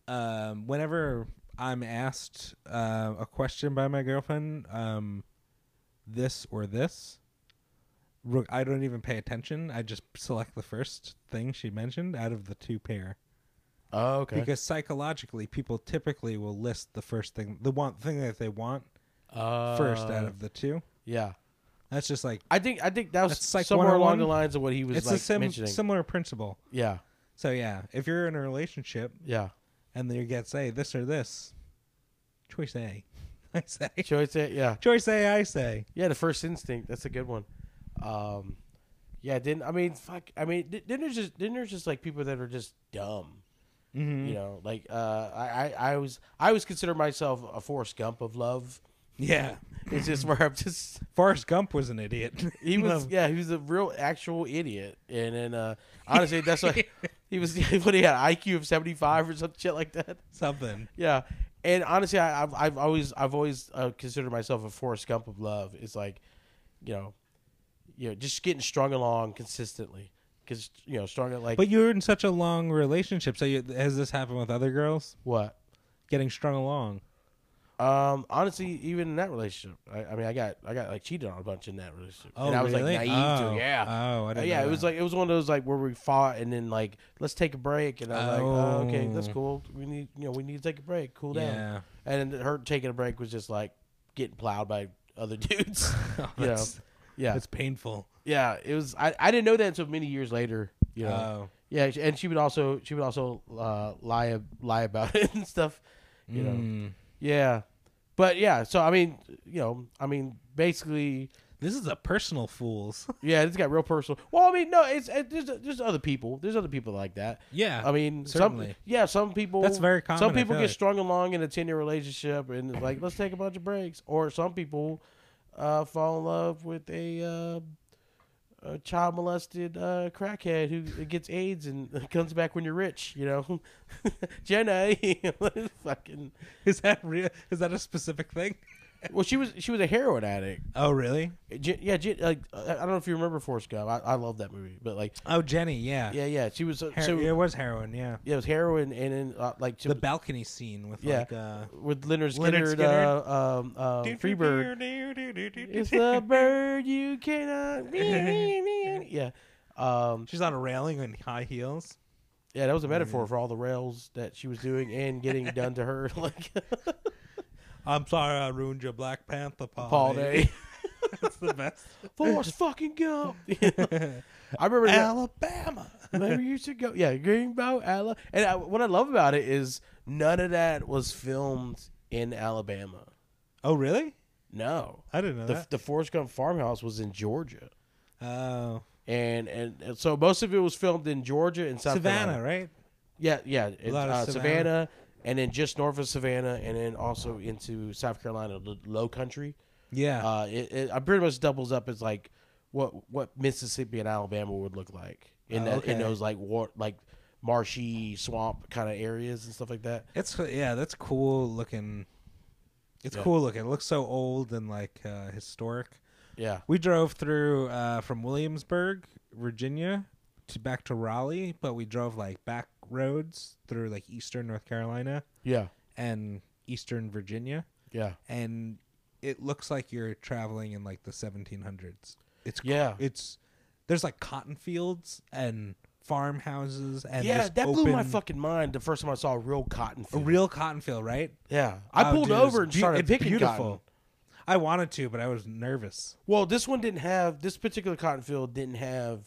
A: um whenever i'm asked uh, a question by my girlfriend um this or this ro- i don't even pay attention i just select the first thing she mentioned out of the two pair
B: oh okay.
A: because psychologically people typically will list the first thing the one thing that they want
B: uh,
A: first out of the two
B: yeah.
A: that's just like
B: I think I think that was
A: That's like
B: somewhere along
A: 101.
B: the lines of what he was
A: it's
B: like
A: a sim-
B: mentioning.
A: similar principle
B: yeah,
A: so yeah if you're in a relationship
B: yeah.
A: and they get say this or this. Choice A, I say.
B: Choice it. Yeah,
A: Choice A, I say.
B: yeah. The first instinct. That's a good one. Um, yeah. Didn't I mean? Fuck. I mean, di- didn't there's just didn't there's just like people that are just dumb.
A: Mm-hmm.
B: You know, like uh, I, I I was I always consider myself a Forrest Gump of love.
A: Yeah,
B: It's just where I'm just
A: Forrest Gump was an idiot.
B: He was
A: Love-
B: yeah, he was a real actual idiot. And then uh honestly that's why he was what he had an IQ of seventy five or some shit like that.
A: something.
B: Yeah. And honestly I I've, I've always I've always uh, considered myself a Forrest Gump of love. It's like, you know, you know, just getting strung along consistently. Cause you know, strung like
A: But you were in such a long relationship. So you, has this happened with other girls
B: what?
A: getting strung along?
B: Um, honestly, even in that relationship, I, I mean, I got I got like cheated on a bunch in that relationship,
A: Oh,
B: and I was
A: really?
B: like naive to
A: Oh.
B: it. yeah,
A: Oh, I
B: Uh,
A: didn't
B: yeah,
A: know
B: it was
A: that.
B: like it was one of those like where we fought and then like let's take a break and I was like, oh, okay, that's
A: Oh.
B: cool. We need you know we need to take a break, cool down.
A: yeah.
B: And then her taking a break was just like getting plowed by other dudes.
A: Oh,
B: you know,
A: that's,
B: yeah,
A: that's painful.
B: yeah. It was I, I didn't know that until many years later. You know,
A: Oh.
B: yeah, and she would also she would also uh, lie lie about it and stuff. You know,
A: Mm.
B: yeah, but yeah. So I mean, you know, I mean, basically
A: This is a personal fools.
B: Yeah, it's got real personal. Well, I mean, no, it's, it, there's there's other people. There's other people like that.
A: Yeah,
B: I mean, some
A: certainly.
B: yeah, some people
A: That's very common,
B: Some
A: I
B: people
A: feel
B: get
A: like.
B: strung along in a ten year relationship and it's like let's take a bunch of breaks, or some people uh, fall in love with a. Uh, a child molested uh, crackhead who gets AIDS and comes back when you're rich, you know, Jenna. fucking.
A: Is that real? Is that a specific thing?
B: Well, she was she was a heroin addict.
A: Oh, really?
B: J- yeah, J- like I I don't know if you remember Forrest Gump. I, I love that movie, but like,
A: Oh, Jenny. Yeah.
B: yeah, yeah, she was uh,
A: Her-
B: so
A: it was heroin. Yeah.
B: yeah, it was heroin, and then uh, like she
A: The
B: was-
A: balcony scene with
B: yeah,
A: like. Uh,
B: with Leonard Skinner,
A: Leonard Skinner.
B: Uh, um, uh, Freebird. It's
A: Freebird.
B: a bird you cannot. yeah, um,
A: She's on a railing in high heels.
B: yeah, that
A: Oh,
B: was a metaphor for all the rails that she was doing and getting done to her, like
A: I'm sorry I ruined your Black Panther party.
B: Paul Day.
A: That's the best.
B: Forrest fucking Gump. I remember that-
A: Alabama.
B: Maybe you should go. Yeah, Greenbow, Alabama. And I, what I love about it is none of that was filmed in Alabama.
A: Oh, really?
B: No,
A: I didn't know
B: the the Forrest Gump farmhouse was in Georgia,
A: that. Oh,
B: and, and and so most of it was filmed in Georgia and South
A: Savannah,
B: Carolina.
A: right?
B: Yeah, yeah, it's,
A: lot of
B: uh, Savannah.
A: Savannah.
B: and then just north of Savannah, and then also into South Carolina, the Low Country.
A: Yeah.
B: Uh, it, it uh, pretty much doubles up as like what what Mississippi and Alabama would look like in
A: Oh,
B: that, in
A: okay.
B: those like war like marshy swamp kind of areas and stuff like that.
A: it's yeah, that's cool looking. It's
B: Yeah.
A: cool looking. It looks so old and like uh, historic.
B: Yeah,
A: We drove through uh, from Williamsburg, Virginia, to back to Raleigh, but we drove like back roads through like eastern North Carolina
B: yeah,
A: and eastern Virginia,
B: yeah,
A: and it looks like you're traveling in like the 1700s. It's cool.
B: yeah.
A: it's there's like cotton fields and farmhouses and
B: yeah,
A: just
B: that blew my
A: open-
B: fucking mind the first time I saw a real cotton
A: a
B: field.
A: real cotton field, right?
B: yeah, I
A: Oh,
B: pulled
A: dude,
B: over
A: it's
B: and
A: beau-
B: started
A: it's
B: picking cotton.
A: I wanted to, but I was nervous.
B: Well, this one didn't have this particular cotton field didn't have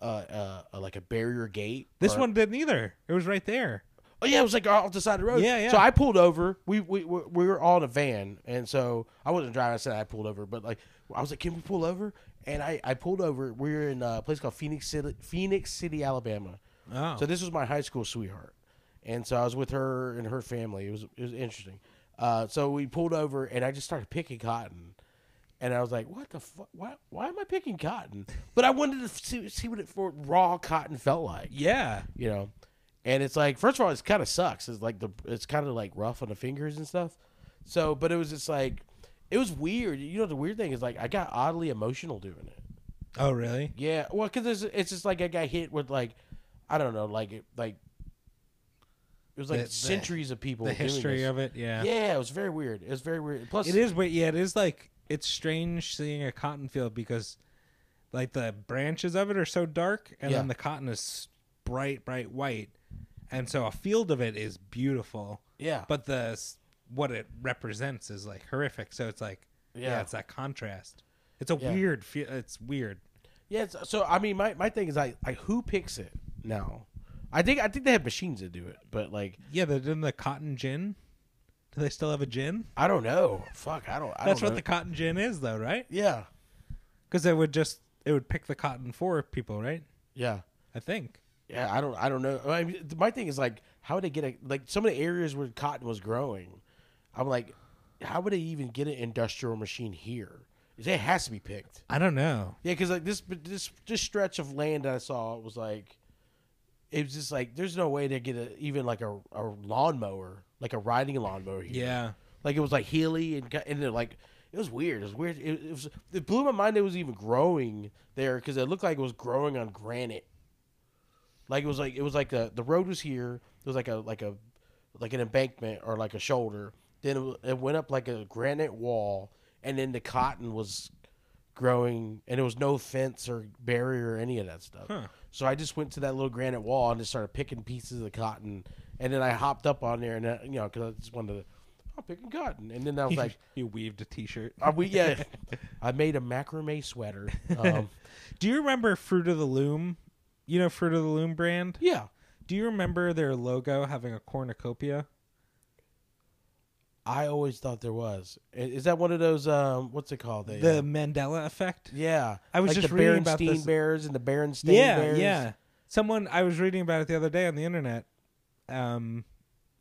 B: uh, uh, uh, like a barrier gate.
A: This
B: or-
A: one didn't either. It was right there.
B: Oh yeah, it was like off the side of the road.
A: Yeah, yeah.
B: So I pulled over. We we we we were all in a van, and so I wasn't driving. I said I pulled over, but like I was like, can we pull over? And I I pulled over. We were in a place called Phoenix City, Phoenix City, Alabama.
A: Oh,
B: So this was my high school sweetheart, and so I was with her and her family. It was it was interesting. Uh, so we pulled over, and I just started picking cotton, and I was like, "What the fuck? Why? Why am I picking cotton?" But I wanted to see, see what it for raw cotton felt like,
A: yeah,
B: you know. And it's like, first of all, it's kind of sucks. It's like the it's kind of like rough on the fingers and stuff. So, but it was just like, it was weird. You know, the weird thing is like I got oddly emotional doing it.
A: Oh, really?
B: Yeah, well, because it's, it's just like I got hit with like, I don't know, like it like it was like
A: The- the-
B: centuries of people.
A: The
B: doing
A: history
B: this.
A: of it, yeah.
B: yeah, it was very weird. It was very weird. Plus,
A: It is, but yeah, it is like it's strange seeing a cotton field because, like, the branches of it are so dark, and
B: Yeah.
A: then the cotton is bright, bright white, and so a field of it is beautiful,
B: yeah,
A: but the s- what it represents is like horrific. So it's like, yeah,
B: Yeah.
A: it's that contrast. It's a
B: Yeah.
A: weird feel. It's weird.
B: yeah. it's- So I mean, my, my thing is like, like who picks it now? I think I think they have machines that do it, but like
A: Yeah, they're doing the cotton gin. Do they still have a gin?
B: I don't know. Fuck, I don't. I
A: That's
B: don't
A: what
B: know.
A: the cotton gin is, though, right?
B: yeah
A: Because it would just it would pick the cotton for people, right?
B: yeah
A: I think.
B: yeah. I don't I don't know. I mean, my thing is like how would they get a like some of the areas where cotton was growing? I'm like, how would they even get an industrial machine here? It has to be picked.
A: I don't know.
B: Yeah, because like this, but this this stretch of land I saw was like, it was just like there's no way to get a, even like a, a lawnmower, like a riding lawnmower. Here.
A: Yeah.
B: like it was like hilly and got- and they're like it was weird. It was weird. It, it was it blew my mind. It was even growing there because it looked like it was growing on granite. Like it was like it was like the the road was here. It was like a like a like an embankment or like a shoulder. Then it, w- it went up like a granite wall, and then the cotton was growing, and there was no fence or barrier or any of that stuff.
A: Huh.
B: So I just went to that little granite wall and just started picking pieces of cotton, and then I hopped up on there and uh, you know because I just wanted to. "Oh, I'm picking cotton, and then I was like, Oh.
A: you weaved a T-shirt.
B: "Are we?" Yeah, I made a macrame sweater. Um,
A: Do you remember Fruit of the Loom? You know Fruit of the Loom brand.
B: yeah,
A: Do you remember their logo having a cornucopia?
B: I always thought there was. I- Is that one of those? Um, what's it called? They,
A: The
B: uh,
A: Mandela effect.
B: yeah.
A: I was
B: Like
A: just
B: the
A: reading about
B: Berenstain
A: this-
B: Bears and the Berenstain
A: yeah,
B: Bears.
A: yeah. Someone I was reading about it the other day on the internet, um,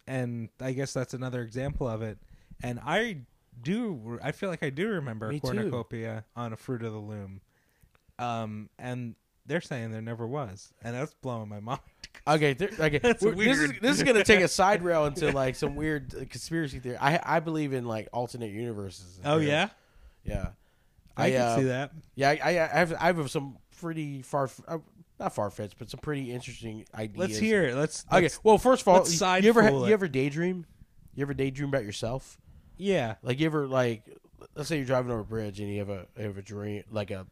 A: and I guess that's another example of it. And I do, I feel like I do remember
B: Me
A: a
B: too.
A: cornucopia on a Fruit of the Loom, um, and they're saying there never was, and that's blowing my mind.
B: Okay, there, okay.
A: That's
B: We're- This is
A: weird.
B: this is gonna take a side rail into like some weird uh, conspiracy theory. I I believe in like alternate universes. and
A: Oh
B: theories.
A: yeah,
B: yeah.
A: I, can
B: uh,
A: see that.
B: Yeah, I, I I have I have some pretty far uh, not far fetched, but some pretty interesting ideas.
A: Let's hear it. Let's,
B: Okay,
A: let's-
B: well, first of all,
A: let's
B: you
A: side
B: you ever
A: fool
B: ha-
A: it.
B: you ever daydream? You ever daydream about yourself?
A: yeah,
B: Like you ever like let's say you're driving over a bridge and you have a you have a dream like a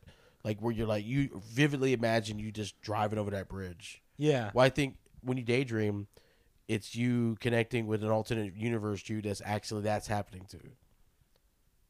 B: like where you're like you vividly imagine you just driving over that bridge.
A: yeah,
B: Well, I think when you daydream, it's you connecting with an alternate universe to you that's actually that's happening to.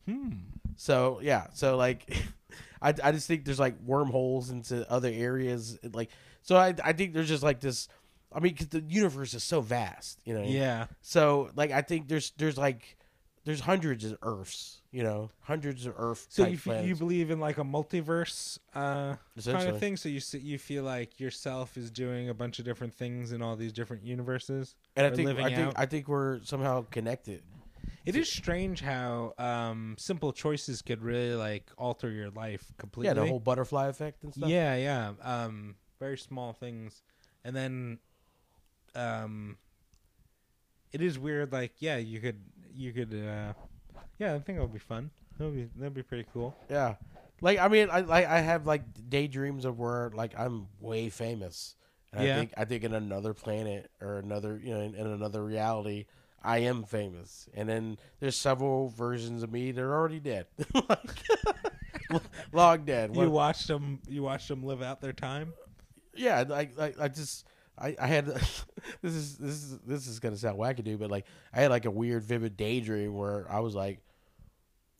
A: hmm.
B: So yeah, so like, I I just think there's like wormholes into other areas. Like, so I I think there's just like this. I mean, 'cause the universe is so vast, you know.
A: yeah,
B: So like, I think there's there's like there's hundreds of Earths, you know, hundreds of Earth.
A: So
B: type
A: you, f-
B: planets.
A: you believe in like a multiverse uh, kind
B: Essentially.
A: of thing. So you s- you feel like yourself is doing a bunch of different things in all these different universes.
B: and I
A: are
B: think
A: living
B: I think
A: out.
B: I think we're somehow connected.
A: It is strange how um, simple choices could really like alter your life completely.
B: Yeah, the whole butterfly effect and stuff.
A: yeah, yeah. Um, very small things, and then, um, it is weird. Like, yeah, you could you could, uh, yeah. I think it would be fun. That'd be that'd be pretty cool.
B: Yeah. Like I mean, I like I have like daydreams of where like I'm way famous, and
A: Yeah.
B: I think I think in another planet or another you know in, in another reality I am famous, and then there's several versions of me that are already dead, like, long dead.
A: You
B: One-
A: watched them. You watched them live out their time.
B: yeah, like like I just I, I had this is this is this is gonna sound wackadoo, but like I had like a weird vivid daydream where I was like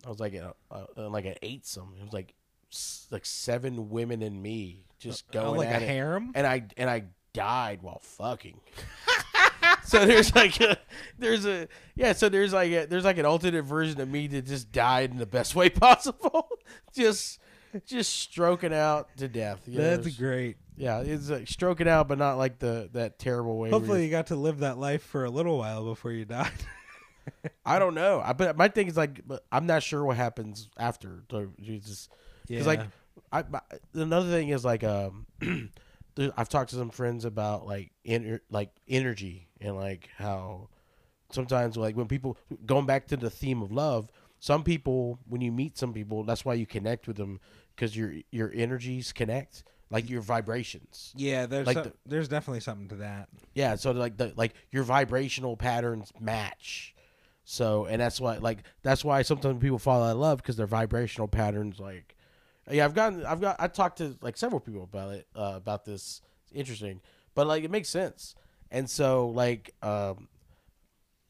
B: I was like a, a, like an eightsome. It was like s- like seven women and me just going
A: Oh, like
B: at
A: a
B: it.
A: harem.
B: and I and I died while fucking. so there's like a, there's a yeah so there's like a, there's like an alternate version of me that just died in the best way possible, just just stroking out to death. you know,
A: That's
B: it's-
A: great.
B: yeah, it's like stroking out, but not like the that terrible way. where
A: Hopefully,
B: you-
A: you got to live that life for a little while before you died.
B: I don't know. I but my thing is like, but I'm not sure what happens after. So you just because like, I my, another thing is like um, there, I've talked to some friends about like ener, like energy and like how sometimes like when people going back to the theme of love, some people when you meet some people, that's why you connect with them because your your energies connect like your vibrations.
A: yeah, there's
B: like
A: some-
B: the-
A: there's definitely something to that.
B: Yeah, so like the like your vibrational patterns match. So and that's why like that's why sometimes people fall out of love because their vibrational patterns like yeah I've gotten I've got I talked to like several people about it uh, about this it's interesting but like it makes sense and so like um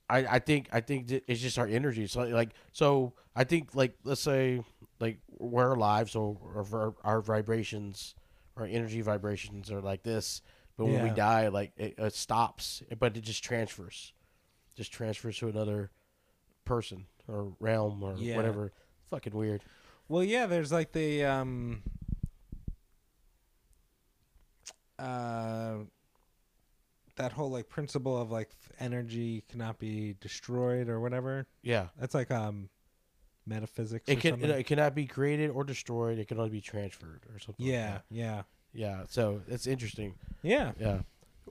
B: I I think I think that it's just our energy so like so I think like let's say like we're alive so our, our vibrations our energy vibrations are like this but when we
A: Yeah.
B: die die like it, it stops but it just transfers just transfers to another person or realm or
A: Yeah.
B: whatever fucking weird
A: Well, yeah, there's like the um, uh, that whole like principle of like th- energy cannot be destroyed or whatever.
B: yeah
A: That's like um, metaphysics.
B: it
A: or
B: can
A: something.
B: it, cannot be created or destroyed it can only be transferred or something like
A: yeah,
B: that.
A: yeah,
B: yeah so it's interesting
A: yeah.
B: yeah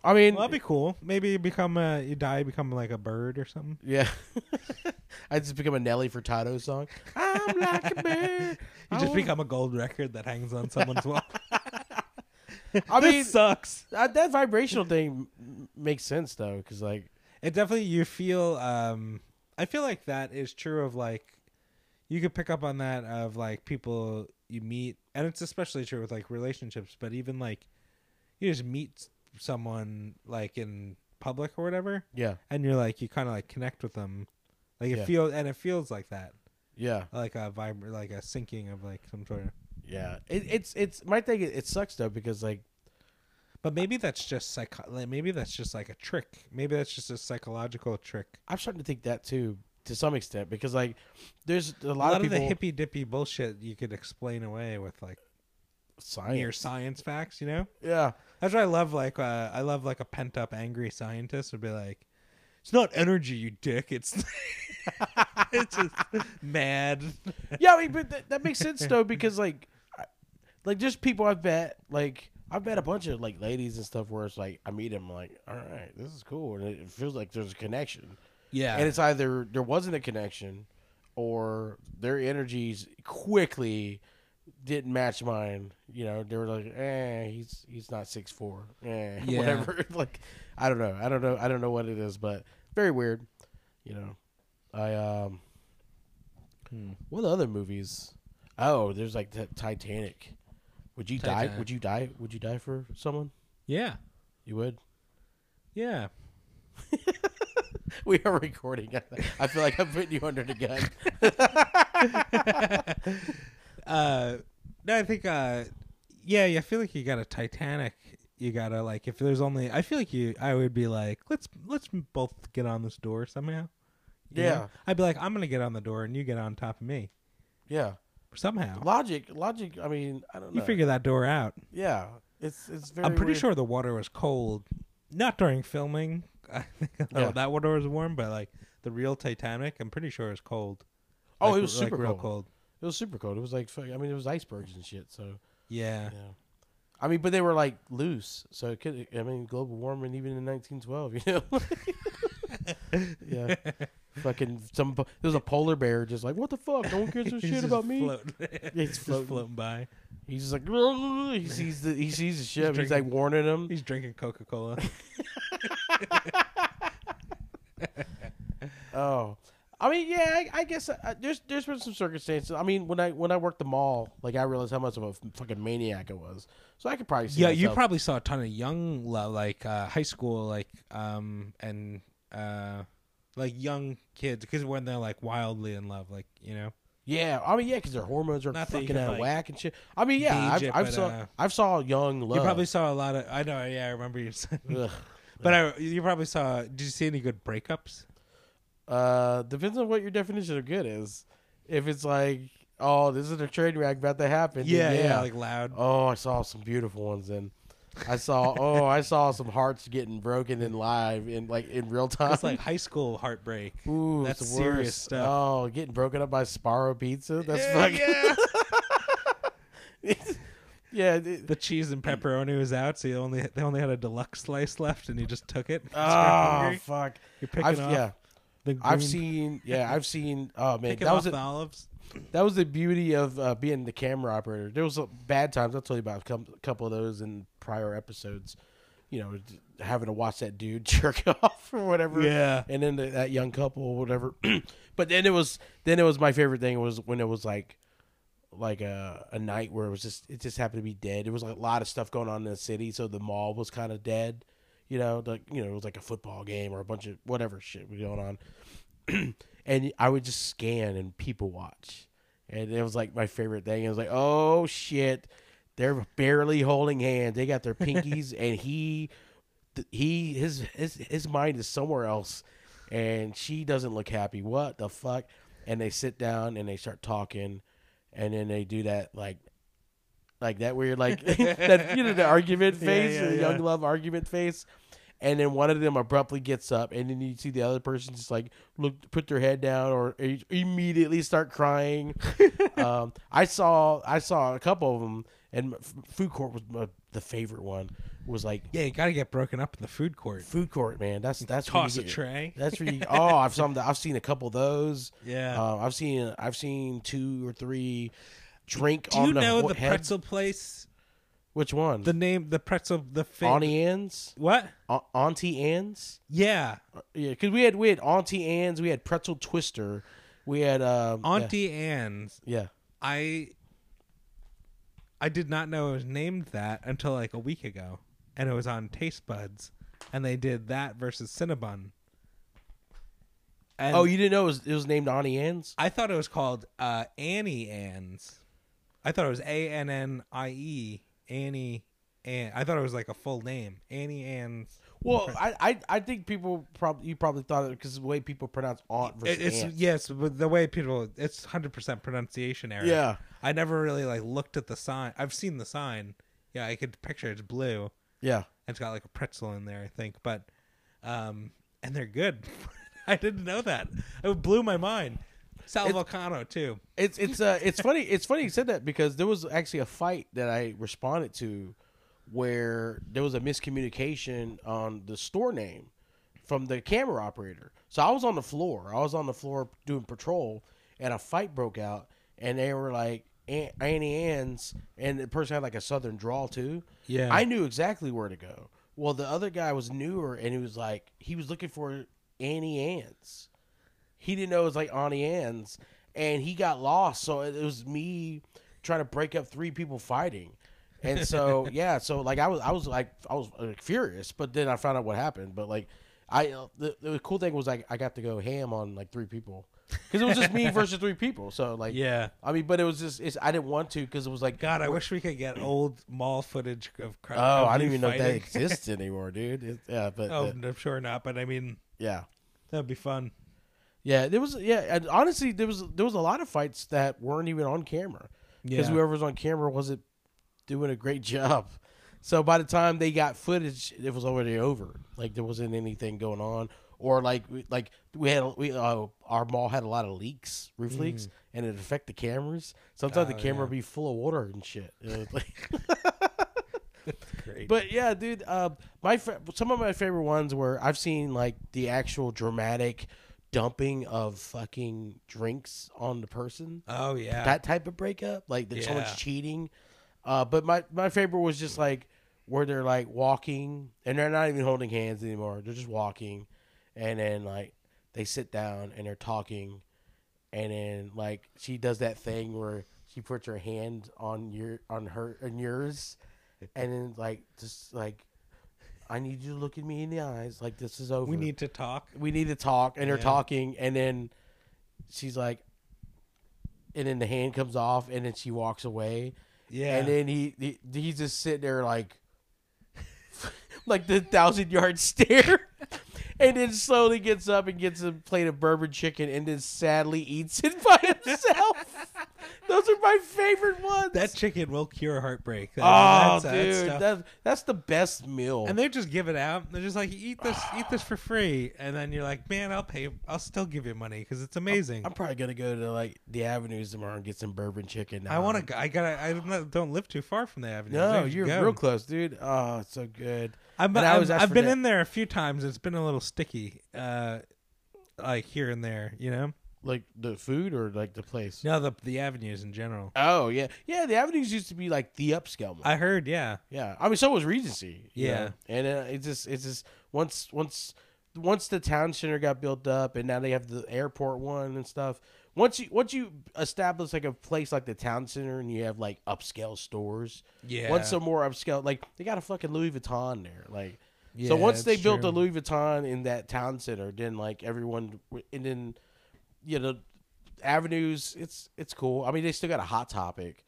B: i mean
A: Well, that'd be cool. Maybe you become a you die, become like a bird or something.
B: yeah i just become a nelly furtado song i'm like a bear
A: You
B: I
A: just
B: wanna-
A: become a gold record that hangs on someone's wall.
B: i
A: This
B: mean
A: sucks.
B: that, that vibrational thing m- makes sense though because like
A: It definitely you feel. Um, I feel like that is true of like, you could pick up on that of like people you meet, and it's especially true with like relationships. But even like, you just meet someone like in public or whatever,
B: yeah
A: and you're like you kind of like connect with them, like it
B: Yeah.
A: feels and it feels like that,
B: yeah
A: like a vibr, like a sinking of like some sort of.
B: Yeah, it, it's it's my thing. It, it sucks though because like
A: But maybe that's just psycho- like, Maybe that's just like a trick. Maybe that's just a psychological trick.
B: I'm starting to think that too. to some extent because like there's a
A: A
B: lot,
A: lot
B: of
A: of,
B: people
A: the hippy dippy bullshit you could explain away with like
B: science.
A: mere science facts, you know?
B: Yeah,
A: That's what I love. Like uh, I love like a pent up angry scientist would be like, "It's not energy, you dick. It's it's just mad."
B: yeah, I mean, but that, that makes sense though because like, I, like just people I've met like I've met a bunch of like ladies and stuff where it's like I meet them like all right this is cool and it feels like there's a connection
A: Yeah,
B: and it's either there wasn't a connection or their energies quickly didn't match mine. You know, they were like, eh, he's he's not six four. Eh,
A: Yeah.
B: whatever. like I don't know. I don't know. I don't know what it is, but very weird. You know. I um
A: Hmm.
B: what other movies? Oh, there's like the Titanic. Would you die
A: Titanic.
B: would you die would you die for someone?
A: yeah,
B: You would?
A: yeah.
B: We are recording. I feel like I'm putting you under the gun.
A: Uh, no, I think. Uh, yeah, I feel like you got a Titanic. You gotta like if there's only. I feel like you. I would be like, let's let's both get on this door somehow. you
B: Yeah.
A: know? I'd be like, I'm gonna get on the door and you get on top of me
B: Yeah.
A: somehow.
B: Logic, logic. I mean, I don't know.
A: You figure that door out.
B: yeah, it's it's very.
A: I'm pretty
B: weird.
A: sure the water was cold, not during filming. I think
B: Yeah.
A: that water was warm, but like the real Titanic, I'm pretty sure it was cold.
B: Oh,
A: Like-
B: it was
A: like
B: super
A: real
B: cold. It was super cold. It was like fuck- I mean, it was icebergs and shit. So
A: Yeah.
B: yeah, I mean, but they were like loose, so it could. I mean, global warming even in 1912. You know. yeah. Fucking some. There was a polar bear just like what the fuck? No one cares a
A: He's
B: shit
A: just
B: about me.
A: floating.
B: He's
A: just
B: floating.
A: floating. by.
B: He's just like he sees the he sees the ship. He's, like
A: drinking-
B: warning him.
A: He's drinking Coca Cola.
B: Oh, I mean, yeah, I, I guess uh, there's there's been some circumstances. I mean, when I when I worked the mall, like I realized how much of a fucking maniac I was. So I could probably see.
A: yeah, you
B: myself-
A: probably saw a ton of young, lo- like uh, high school, like um and uh like young kids because when they're like wildly in love, like you know.
B: Yeah, I mean, yeah, because their hormones are
A: Not that you
B: fucking
A: can,
B: out of
A: like,
B: whack and shit. I mean, yeah, I've,
A: gauge it,
B: I've
A: but,
B: saw
A: uh,
B: I've saw young love.
A: You probably saw a lot of. I know. Yeah, I remember you. Saying,
B: Ugh.
A: but I, you probably saw. Did you see any good breakups?
B: Uh, depends on what your definition of good is. If it's like, oh, this is a train wreck about to happen. then
A: yeah, yeah, like loud.
B: oh, I saw some beautiful ones then. I saw oh, I saw some hearts getting broken in live in like in real time.
A: It's like high school heartbreak.
B: Ooh,
A: That's
B: it's the
A: serious
B: worst.
A: stuff.
B: Oh, getting broken up by Sparrow Pizza. That's
A: Yeah,
B: fucking
A: yeah.
B: yeah. it-
A: the cheese and pepperoni was out, so you only they only had a deluxe slice left, and you just took it. 'cause you were
B: oh
A: hungry.
B: fuck.
A: you're picking
B: I've,
A: off.
B: yeah,
A: the
B: I've
A: green-
B: seen. Yeah, I've seen. Oh man,
A: picking
B: that
A: off
B: was
A: the
B: a,
A: olives.
B: that was the beauty of uh, being the camera operator. There was uh, bad times. I'll tell you about a com- couple of those in prior episodes. You know, d- having to watch that dude jerk off or whatever.
A: Yeah.
B: and then the, that young couple or whatever. but then it was then it was my favorite thing was when it was like like a a night where it was just it just happened to be dead. It was like a lot of stuff going on in the city, so the mall was kind of dead. You know, like you know, it was like a football game or a bunch of whatever shit was going on. and I would just scan and people watch. And it was like my favorite thing. It was like, oh shit, they're barely holding hands. They got their pinkies, and he, th- he, his his his mind is somewhere else, and she doesn't look happy. What the fuck? And they sit down and they start talking, and then they do that like. Like that weird, like that you know the argument
A: Yeah,
B: face,
A: yeah,
B: the
A: yeah.
B: young love argument face, and then one of them abruptly gets up, and then you see the other person just like look, put their head down, or i- immediately start crying. um, I saw, I saw a couple of them, and f- food court was my, the favorite one. Was like
A: Yeah, you gotta get broken up in the food court.
B: food court, man. That's that's
A: Toss a
B: where you get-
A: tray.
B: That's where you. Oh, I've some. I've seen a couple of those.
A: Yeah.
B: Uh, I've seen, I've seen two or three. Drink
A: Do
B: on
A: you
B: the,
A: know
B: ho-
A: the
B: head.
A: pretzel place?
B: Which one?
A: The name, the pretzel, the thing.
B: Auntie Anne's.
A: What?
B: A- Auntie Anne's.
A: Yeah,
B: Yeah, because we had we had Auntie Anne's, we had Pretzel Twister, we had um,
A: Auntie Anne's.
B: Yeah,
A: I I did not know it was named that until like a week ago, and it was on Taste Buds, and they did that versus Cinnabon.
B: yeah.
A: And
B: Oh, you didn't know it was, it was named Auntie Anne's?
A: I thought it was called uh, Annie Ann's. I thought it was A N N I E Annie Ann. I thought it was like a full name, Annie Ann's.
B: Well, I, I, I think people probably you probably thought it because the way people pronounce aunt versus
A: It- it's
B: aunt.
A: yes, but the way people it's hundred percent pronunciation error.
B: Yeah.
A: I never really like looked at the sign. I've seen the sign. Yeah, I could picture it's blue. and
B: Yeah,
A: It's got like a pretzel in there, I think. But um, and they're good. I didn't know that. It blew my mind. Sal Volcano too.
B: it's it's uh it's funny it's funny you said that because there was actually a fight that I responded to where there was a miscommunication on the store name from the camera operator. So I was on the floor. I was on the floor doing patrol and a fight broke out and they were like "Aunt- Auntie Anne's and the person had like a southern drawl too.
A: Yeah.
B: I knew exactly where to go. Well the other guy was newer and he was like he was looking for Annie Ann's he didn't know it was like Auntie Anne's, and he got lost. So it, it was me trying to break up three people fighting, and so yeah, so like I was, I was like, I was like, furious, but then I found out what happened. But like, I uh, the, the cool thing was like I got to go ham on like three people because it was just me versus three people. So like,
A: Yeah.
B: I mean, but it was just it's, I didn't want to because it was like,
A: God, I wish we could get old mall footage of. cr-
B: oh,
A: of
B: I didn't
A: you
B: even know that
A: fighting.
B: exists anymore, dude. It- yeah, but
A: Oh,
B: uh,
A: I'm sure not. But I mean,
B: yeah.
A: that'd be fun.
B: Yeah, there was yeah, and honestly, there was there was a lot of fights that weren't even on camera because
A: Yeah.
B: whoever was on camera wasn't doing a great job. So by the time they got footage, it was already over. Like there wasn't anything going on, or like we- like we had we uh, our mall had a lot of leaks, roof leaks, and it affect the cameras. Sometimes the
A: Oh,
B: camera
A: yeah.
B: would be full of water and shit. It was like-
A: Great.
B: but yeah, dude, uh, my fa- some of my favorite ones were I've seen like the actual dramatic dumping of fucking drinks on the person.
A: oh yeah.
B: That type of breakup, like there's so
A: Yeah.
B: much cheating. Uh, but my my favorite was just like where they're like walking and they're not even holding hands anymore. They're just walking, and then like they sit down and they're talking, and then like she does that thing where she puts her hand on your on her on yours, and then like just like I need you to look at me in the eyes. Like this is over
A: we need to talk.
B: we need to talk and they're
A: Yeah.
B: talking and then she's like and then the hand comes off and then she walks away
A: Yeah.
B: and then he, he he's just sitting there like like the thousand yard stare and then slowly gets up and gets a plate of bourbon chicken and then sadly eats it by himself those are my favorite ones
A: that chicken will cure heartbreak. That-
B: oh
A: that's- that
B: dude
A: stuff-
B: that's, that's the best meal
A: and they just give it out. They're just like, eat this, eat this for free, and then you're like, man, I'll pay. I'll still give you money because it's amazing.
B: i'm probably gonna go to like the avenues tomorrow and get some bourbon chicken Um,
A: i want to. I gotta. I don't, don't live too far from the avenue.
B: No,
A: There you
B: you're
A: go.
B: real close, dude. Oh, it's so good.
A: I'm,
B: And I
A: I'm,
B: always ask
A: I've
B: for
A: been
B: that.
A: in there a few times. It's been a little sticky, uh, like here and there. You know.
B: Like the food or like the place.
A: No, the the avenues in general.
B: Oh yeah, yeah. The avenues used to be like the upscale. Mall.
A: I heard. Yeah.
B: yeah, I mean, so was Regency. you
A: Yeah.
B: know? and uh, it's just it's just once once once the town center got built up, and now they have the airport one and stuff. Once you once you establish like a place like the town center, and you have like upscale stores.
A: Yeah.
B: Once some more upscale, like they got a fucking Louis Vuitton there, like.
A: Yeah,
B: so once they
A: that's
B: built the
A: true.
B: Louis Vuitton in that town center, then like everyone, and then you know, avenues. It's it's cool. I mean, they still got a hot topic.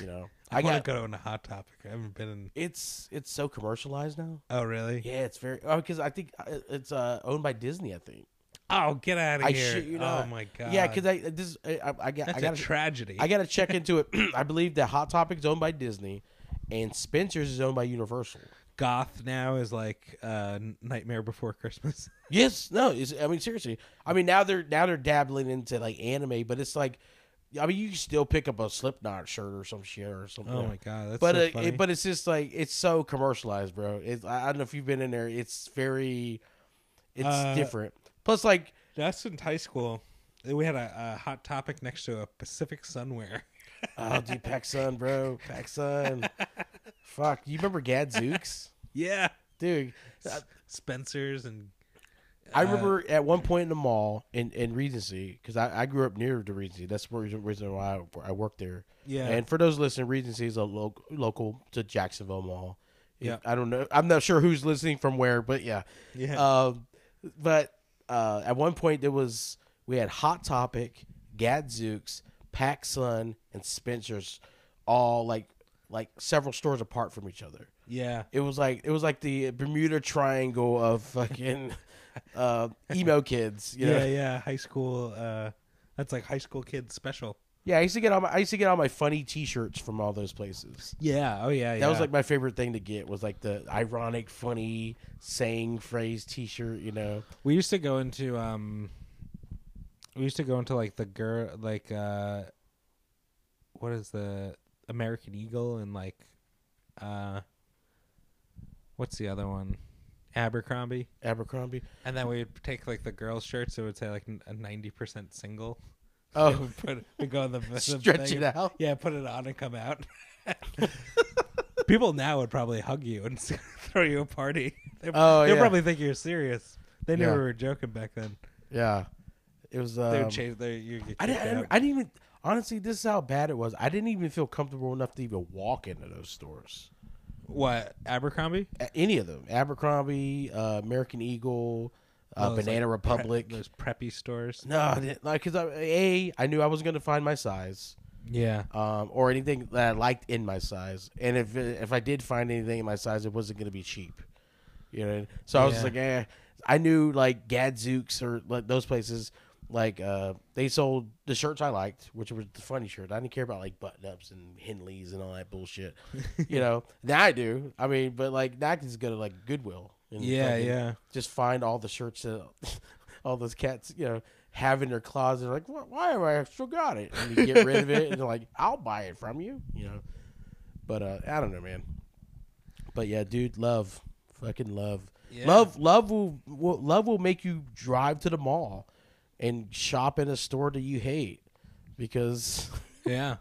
B: You know,
A: I,
B: I
A: want
B: got
A: to go on a hot topic. I haven't been in.
B: it's it's so commercialized now.
A: Oh really?
B: Yeah, it's very because I think uh, it's uh, owned by Disney. I think.
A: Oh, get out of
B: I
A: here!
B: shit you
A: oh
B: not.
A: my god!
B: Yeah, because I uh, this I, I, I got
A: that's
B: I
A: a
B: got
A: tragedy.
B: I got to check into it. I believe that Hot Topic's owned by Disney, and Spencer's is owned by Universal.
A: Goth now is like uh, Nightmare Before Christmas.
B: Yes, no. It's, I mean, seriously. I mean, now they're now they're dabbling into like anime, but it's like, I mean, you can still pick up a Slipknot shirt or some shit or something.
A: Oh my god, that's
B: But
A: so
B: uh,
A: funny.
B: it, but it's just like it's so commercialized, bro. It's, I I don't know if you've been in there. It's very, it's
A: Uh,
B: different. Plus, like,
A: that's in high school. We had a, a hot topic next to a Pacific Sunwear.
B: oh, dude, Sun, bro, Sun. Fuck, you remember Gadzooks,
A: yeah,
B: dude?
A: S- Spencers and Uh,
B: I remember at one point in the mall in, in Regency because I, I grew up near the Regency. That's the reason, reason why I, I worked there.
A: Yeah.
B: And for those listening, Regency is a lo- local to Jacksonville Mall. If-
A: Yeah.
B: I don't know. I'm not sure who's listening from where, but yeah.
A: yeah,
B: Um, but uh, at one point there was we had Hot Topic, Gadzooks, PacSun, and Spencer's, all like like several stores apart from each other.
A: Yeah.
B: It was like it was like the Bermuda Triangle of fucking uh, emo kids. You know?
A: Yeah, yeah. High school. Uh, that's like high school kids special.
B: Yeah, I used to get all my I used to get all my funny T-shirts from all those places.
A: Yeah. Oh yeah.
B: That was like my favorite thing to get was like the ironic, funny saying phrase T-shirt. You know,
A: we used to go into um. We used to go into like the girl like uh, what is the American Eagle and like, uh, what's the other one, Abercrombie,
B: Abercrombie.
A: and then we would take like the girls' shirts. It would say like n- a ninety percent single.
B: Oh,
A: put it, we go on the the
B: stretch
A: thing.
B: it out.
A: Yeah, put it on and come out. People now would probably hug you and throw you a party. They,
B: Oh,
A: they'll
B: yeah.
A: probably think you're serious. They never
B: Yeah.
A: were joking back then.
B: Yeah, it was. Um,
A: they would chase. They you get
B: I
A: kicked
B: didn't, I, didn't,
A: out.
B: I didn't even. Honestly, this is how bad it was. I didn't even feel comfortable enough to even walk into those stores.
A: what Abercrombie?
B: A- Any of them, Abercrombie, uh, American Eagle, uh,
A: Those,
B: Banana
A: like, prep-
B: Republic.
A: those preppy stores.
B: no, I didn't, like because I, a I knew I wasn't going to find my size.
A: Yeah,
B: um, or anything that I liked in my size. And if if I did find anything in my size, it wasn't going to be cheap. You know, so I was just
A: Yeah.
B: like, eh. I knew like Gadzooks or like those places, like uh, they sold the shirts I liked, which was the funny shirt. I didn't care about like button ups and Henleys and all that bullshit. you know, now I do. I mean, but like now I can just go to like Goodwill. And
A: yeah,
B: fucking
A: yeah.
B: Just find all the shirts that all those cats, you know, have in their closet. Like, "Why- why have I still got it? And you get rid of it, and they're like, I'll buy it from you, you know. But uh, I don't know, man. But yeah, dude, love, fucking love,
A: Yeah.
B: love, love will, will love will make you drive to the mall and shop in a store that you hate because
A: Yeah,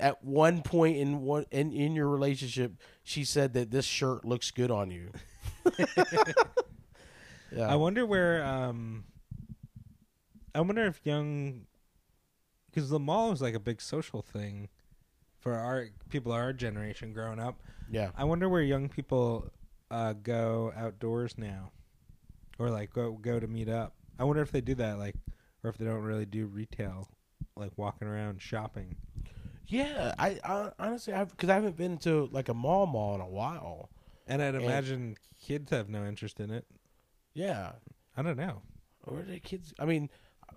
B: at one point in one in, in your relationship, she said that this shirt looks good on you. yeah.
A: I wonder where. um I wonder if young, because the mall was like a big social thing, for our people our generation growing up.
B: yeah.
A: I wonder where young people uh, go outdoors now, or like go go to meet up. I wonder if they do that, like, or if they don't really do retail, like walking around shopping.
B: Yeah, I, I honestly, I've because I haven't been to like a mall mall in a while.
A: And I'd
B: And-
A: imagine kids have no interest in it.
B: Yeah,
A: I don't know.
B: where the kids? I mean,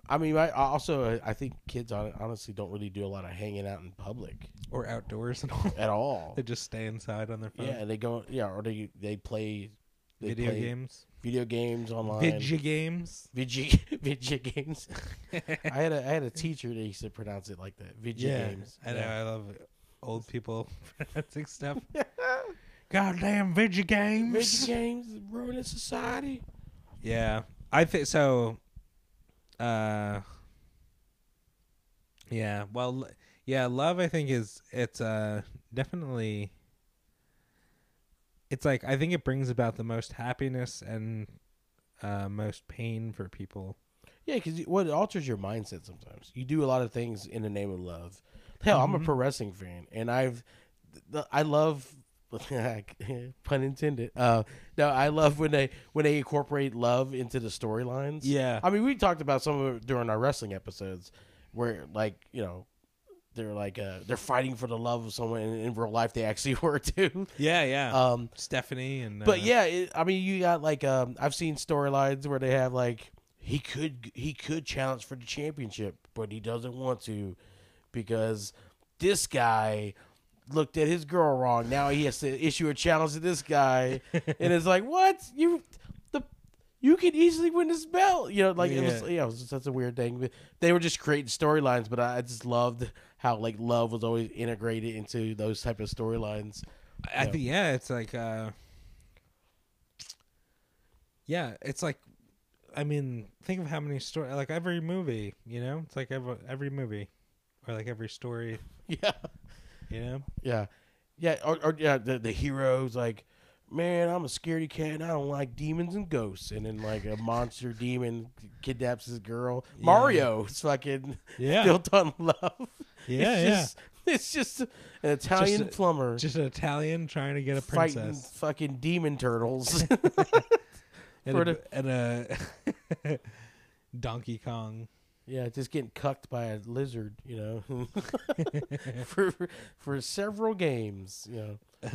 B: I mean, I I also I think kids hon- honestly don't really do a lot of hanging out in public
A: Or outdoors and all.
B: at all.
A: they just stay inside on their phone.
B: yeah, they go. Yeah, or they they play they
A: Video
B: play
A: games.
B: video games online.
A: Video games.
B: Video video games. I had a I had a teacher that used to pronounce it like that. Video
A: Yeah.
B: games.
A: I know.
B: Yeah.
A: I love old people pronouncing stuff. Goddamn video games.
B: Video games ruining society.
A: Yeah, I think so. Uh, yeah. Well, l- yeah. Love, I think, is it's uh definitely. It's like I think it brings about the most happiness and uh, most pain for people.
B: Yeah, because what it alters your mindset sometimes. You do a lot of things in the name of love. Hell,
A: Mm-hmm.
B: I'm a pro wrestling fan, and I've th- I love pun intended. Uh, no, I love when they when they incorporate love into the storylines.
A: Yeah.
B: I mean we talked about some of it during our wrestling episodes where like you know they're like uh, they're fighting for the love of someone, and in real life they actually were too.
A: Yeah, yeah.
B: Um,
A: Stephanie and uh,
B: but yeah, it, I mean, you got like um, I've seen storylines where they have like he could he could challenge for the championship, but he doesn't want to because this guy looked at his girl wrong. Now he has to issue a challenge to this guy, and it's like what you the you can easily win this belt. You know, like it was
A: Yeah.
B: yeah, it was such a weird thing. But they were just creating storylines, but I I just loved how like love was always integrated into those type of storylines.
A: I
B: Yeah.
A: think yeah, it's like uh Yeah, it's like I mean, think of how many story like every movie, you know? It's like every every movie or like every story,
B: Yeah.
A: you know?
B: Yeah, yeah, or, or yeah, the, the heroes like, man, I'm a scaredy cat. And I don't like demons and ghosts. And then like a monster demon kidnaps his girl.
A: Yeah.
B: Mario is fucking
A: Yeah.
B: built on love.
A: Yeah,
B: it's
A: yeah.
B: Just, it's just an Italian
A: Just a-
B: plumber
A: Just an Italian trying to get a
B: fighting
A: princess
B: fucking demon turtles.
A: and a,
B: for
A: and a Donkey Kong.
B: yeah, just getting cucked by a lizard. You know, for for several games. You know.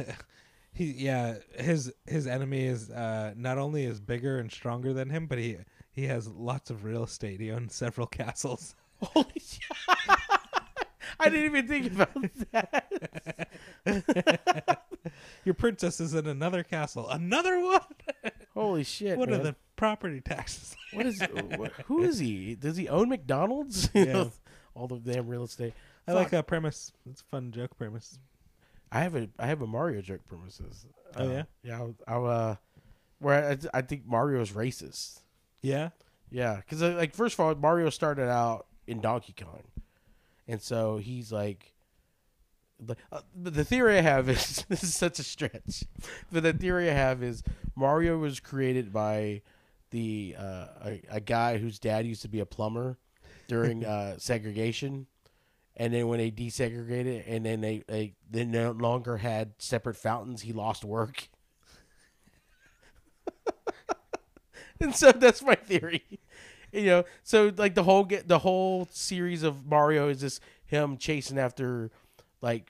A: he yeah his his enemy is uh, not only is bigger and stronger than him, but he he has lots of real estate. He owns several castles.
B: Holy shit. I didn't even think about that.
A: Your princess is in another castle. Another one.
B: Holy shit.
A: what are
B: man.
A: the property taxes?
B: What is what, who is he? Does he own McDonald's? You know, All the damn real estate.
A: I like that premise. It's a fun joke premise.
B: I have a I have a Mario joke premises.
A: Oh,
B: Uh,
A: yeah?
B: yeah. I'll, I'll, uh, where I, I think Mario's racist.
A: Yeah.
B: Yeah, because like first of all, Mario started out in Donkey Kong, and so he's like, the, uh, the the theory I have is this is such a stretch, but the theory I have is Mario was created by the uh, a, a guy whose dad used to be a plumber during uh, segregation, and then when they desegregated and then they, they they no longer had separate fountains, he lost work. and so that's my theory. You know, so like the whole get the whole series of Mario is just him chasing after, like,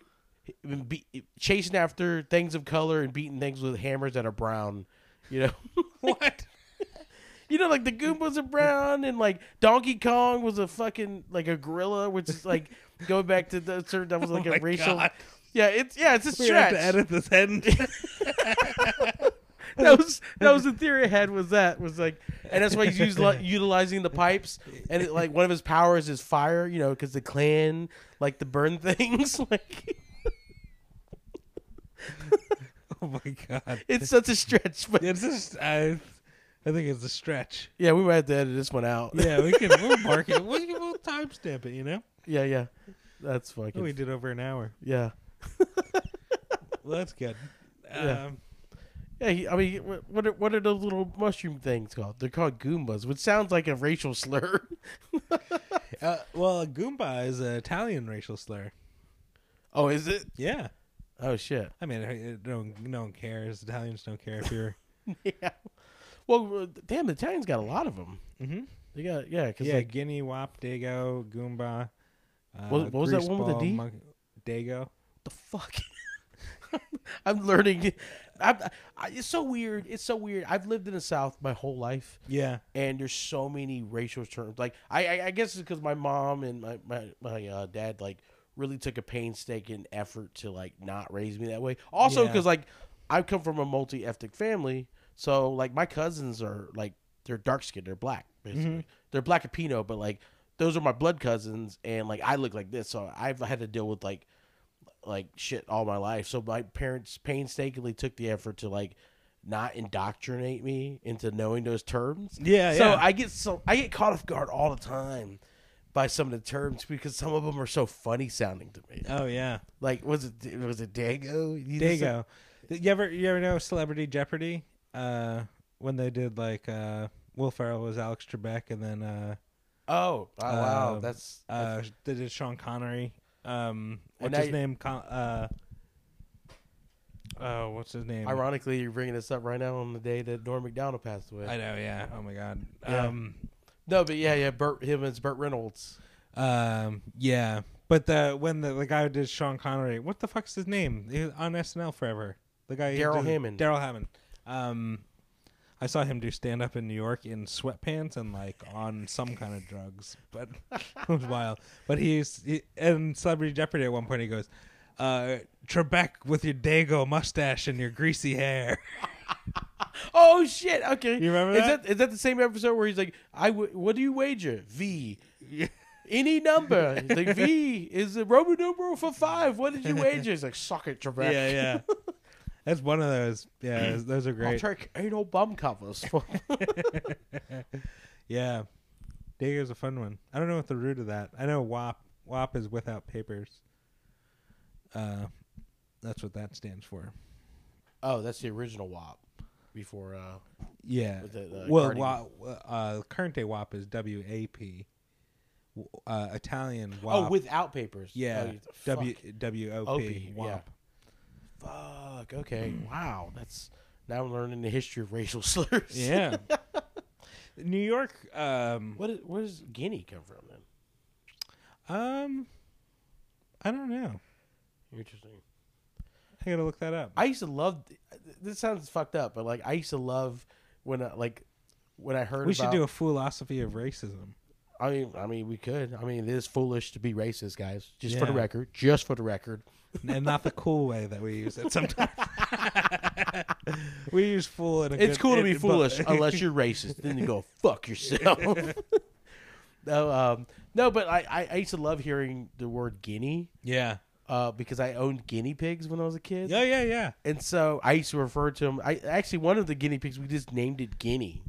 B: be, chasing after things of color and beating things with hammers that are brown. You know,
A: What?
B: you know, like the Goombas are brown, and like Donkey Kong was a fucking like a gorilla, which is like going back to the certain that was like
A: Oh my
B: a racial.
A: God.
B: Yeah, it's yeah, it's a
A: We have
B: stretch.
A: to edit this end.
B: that was that was the theory I had was that was like, and that's why he's used, like, utilizing the pipes, and it, like one of his powers is fire, you know, because the clan like to burn things. Like
A: oh my god.
B: it's such a stretch, but
A: It's just I, I think it's a stretch.
B: yeah, we might have to edit this one out.
A: Yeah, we can we'll mark it. We can, we'll timestamp it. You know,
B: yeah, yeah, that's
A: Oh, we
B: fucking
A: did over an hour.
B: yeah,
A: Well, that's good.
B: Yeah.
A: Um,
B: yeah. He, I mean, wh- what are, what are those little mushroom things called? They're called goombas, which sounds like a racial slur.
A: uh, well, a Goomba is an Italian racial slur.
B: oh, is it?
A: Yeah,
B: Oh shit.
A: I mean, it- it- no, one- no one cares. Italians don't care if you're.
B: Yeah. Well, uh, damn, the Italians got a lot of them.
A: Mhm.
B: They got Mm-hmm. yeah, because
A: yeah, Guinea Wop, Dago, Goomba. Uh,
B: What- what was that one with the
A: Greaseball,
B: D?
A: Mon- Dago.
B: the fuck? I'm learning. I'm, I, it's so weird. It's so weird. I've lived in the South my whole life,
A: Yeah,
B: and there's so many racial terms. Like I, I, I guess it's because my mom and my my, my uh, dad like really took a painstaking effort to like not raise me that way. Also,
A: Yeah.
B: because like I come from a multi ethnic family, so like my cousins are like they're dark skinned, they're black, basically. They're black and Pinot, but like those are my blood cousins, and like I look like this, so I've had to deal with like like shit all my life. So my parents painstakingly took the effort to like not indoctrinate me into knowing those terms.
A: Yeah,
B: So
A: yeah.
B: I get so I get caught off guard all the time by some of the terms because some of them are so funny sounding to me.
A: oh yeah,
B: Like was it was it Dago? You just-
A: Dago. You ever you ever know Celebrity Jeopardy? Uh, when they did like uh, Will Ferrell was Alex Trebek, and then uh,
B: Oh, oh, wow,
A: Um,
B: that's
A: uh, they did Sean Connery. Um,
B: And
A: what's his
B: I-
A: name? Con- uh, oh, what's his name?
B: ironically you're bringing this up right now on the day that Norm Macdonald passed away.
A: I know. Yeah. Oh my God.
B: Yeah.
A: Um,
B: no, but yeah, yeah, Burt him and Burt Reynolds.
A: um, yeah. But the when the, the guy who did Sean Connery, what the fuck's his name? He was on SNL forever. The guy who
B: Daryl
A: did-
B: Hammond.
A: Daryl Hammond. Um, I saw him do stand up in New York in sweatpants and like on some kind of drugs, but it was wild. But he's he, in Celebrity Jeopardy at one point. He goes, uh, "Trebek with your Dago mustache and your greasy hair."
B: Oh shit! Okay,
A: You remember
B: Is
A: that?
B: that is that the same episode where he's like, "I w- what do you wager? V, any number. He's like V is the Roman numeral for five. What did you wager? He's like, suck it, Trebek.
A: yeah, yeah. That's one of those. Yeah, those- those are
B: I'll
A: great.
B: take anal bum covers. For-
A: Yeah. Dago's a fun one. I don't know what the root of that. I know WAP. WAP is without papers. Uh, that's what that stands for.
B: oh, that's the original WAP. Before, uh,
A: Yeah.
B: With the- the
A: well,
B: Cardi-
A: WAP, uh, current day WAP is W A P. W- Uh, Italian WAP.
B: oh, without papers.
A: yeah.
B: Oh, you- fuck.
A: W W O P
B: OP,
A: WAP.
B: Fuck. Okay. Wow. That's now I'm learning the history of racial slurs.
A: Yeah. New York. Um.
B: What? is- Where does Guinea come from then?
A: Um. I don't know.
B: Interesting.
A: I I gotta look that up.
B: I used to love. This sounds fucked up, but like I used to love when I, like when I heard.
A: we should
B: about-
A: do a philosophy of racism.
B: I mean, I mean, we could. I mean, it is foolish to be racist, guys. Just for the
A: Yeah.
B: record. Just for the record.
A: and not the cool way that we use it sometimes. we use fool in a
B: It's
A: good-
B: cool to be
A: it- but-
B: foolish unless you're racist. Then you go fuck yourself. no, um, no, but I, I, I used to love hearing the word guinea
A: yeah.
B: uh, because I owned guinea pigs when I was a kid.
A: Yeah, yeah, yeah.
B: And so I used to refer to them. I actually one of the guinea pigs we just named it Guinea.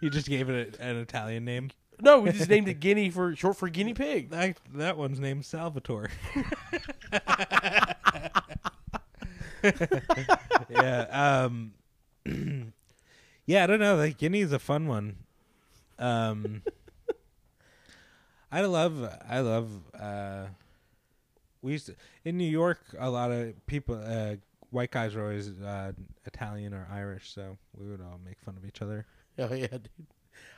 A: You just gave it a, an Italian name.
B: No, we just named it Guinea for short for guinea pig.
A: That, that one's named Salvatore. yeah. Um, yeah, I don't know. Like Guinea's a fun one. Um, I love. I love. Uh, we used to, in New York. A lot of people, uh, white guys, were always uh, Italian or Irish, so we would all make fun of each other.
B: Oh yeah, dude.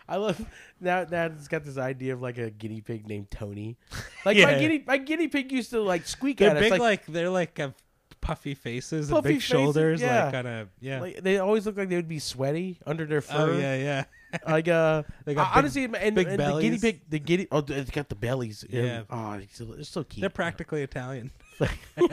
B: I love now. Now it's got this idea of like a guinea pig named Tony. Like my
A: Yeah.
B: guinea, my guinea pig used to like squeak
A: They're
B: at
A: big,
B: us.
A: like,
B: Like,
A: they're like a puffy faces
B: Puffy
A: and big
B: faces,
A: shoulders,
B: yeah.
A: like kind of yeah.
B: like, they always look like they would be sweaty under their fur.
A: Oh yeah, yeah.
B: Like uh,
A: They got
B: I-
A: big-
B: honestly, and,
A: big
B: and the guinea
A: bellies.
B: pig, the guinea, oh, it's got the bellies.
A: Yeah.
B: Yeah. Oh, it's so, it's so cute.
A: They're practically Italian.
B: and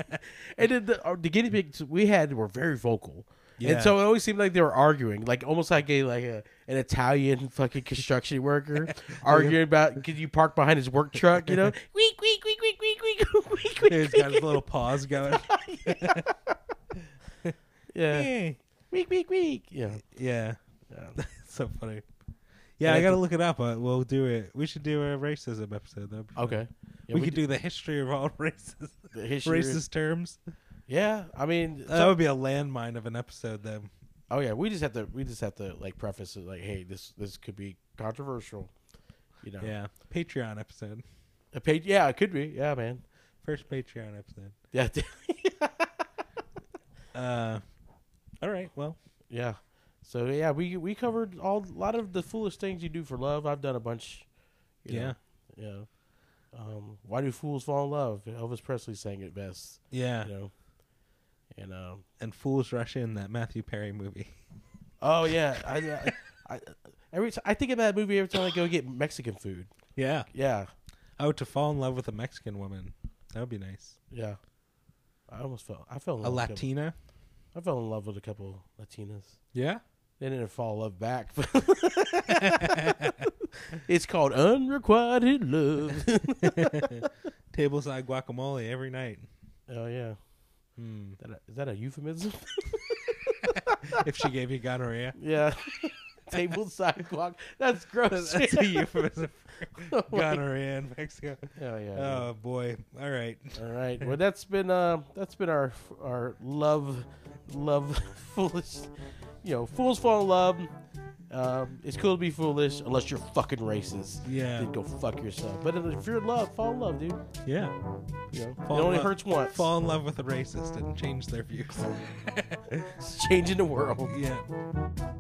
B: then the, uh, the guinea pigs we had were very vocal.
A: Yeah.
B: And so it always seemed like they were arguing, like almost like a like a, an Italian fucking construction worker arguing about could you park behind his work truck, you know? Weak, weak, weak, weak, weak, weak, weak, weak.
A: He's got his little paws going.
B: Yeah.
A: yeah.
B: Weak, weak, weak. Yeah.
A: Yeah.
B: Yeah.
A: so funny. Yeah,
B: I
A: I gotta look it up. Uh, we'll do it. We should do a racism episode though.
B: Okay. Yeah,
A: we, could do, the history of all races,
B: the history.
A: racist Uh, terms.
B: Yeah. I mean
A: that
B: so-
A: would be a landmine of an episode then.
B: oh yeah, we just have to we just have to like preface it like, hey, this this could be controversial. You know.
A: Yeah, Patreon episode,
B: A page yeah, it could be. Yeah, man.
A: first Patreon episode.
B: Yeah.
A: Uh, all right. Well,
B: Yeah. So yeah, we we covered all a lot of the foolish things you do for love. I've done a bunch. you know. yeah. Um, why do fools fall in love? Elvis Presley sang it best.
A: yeah,
B: You know. And um.
A: And fools rush in that Matthew Perry movie.
B: Oh yeah. I, I, I every time I think about that movie every time I go get Mexican food.
A: Yeah.
B: Yeah.
A: Oh, to fall in love with a Mexican woman. That would be nice.
B: Yeah. I almost fell. I fell in
A: A
B: love with couple-
A: Latina.
B: I fell in love with a couple Latinas.
A: Yeah.
B: They didn't fall in love back. it's called unrequited love.
A: Tableside guacamole every night.
B: oh yeah.
A: Hmm.
B: That a, is that a euphemism?
A: if she gave you gonorrhea.
B: yeah. Table side guac. That's gross.
A: That's a euphemism
B: Oh,
A: for
B: my-
A: gonorrhea in Mexico.
B: Oh, yeah. yeah.
A: Oh boy. All right.
B: All right. Well, that's been uh, that's been our our love, love, foolish. You know, fools fall in love. Um, it's cool to be foolish unless you're fucking racist.
A: Yeah.
B: Then go fuck yourself. But if you're in love, fall in love, dude.
A: Yeah.
B: You know,
A: Fall
B: it
A: in
B: only
A: love-
B: hurts once.
A: Fall in love with a racist and change their views.
B: It's changing the world.
A: yeah.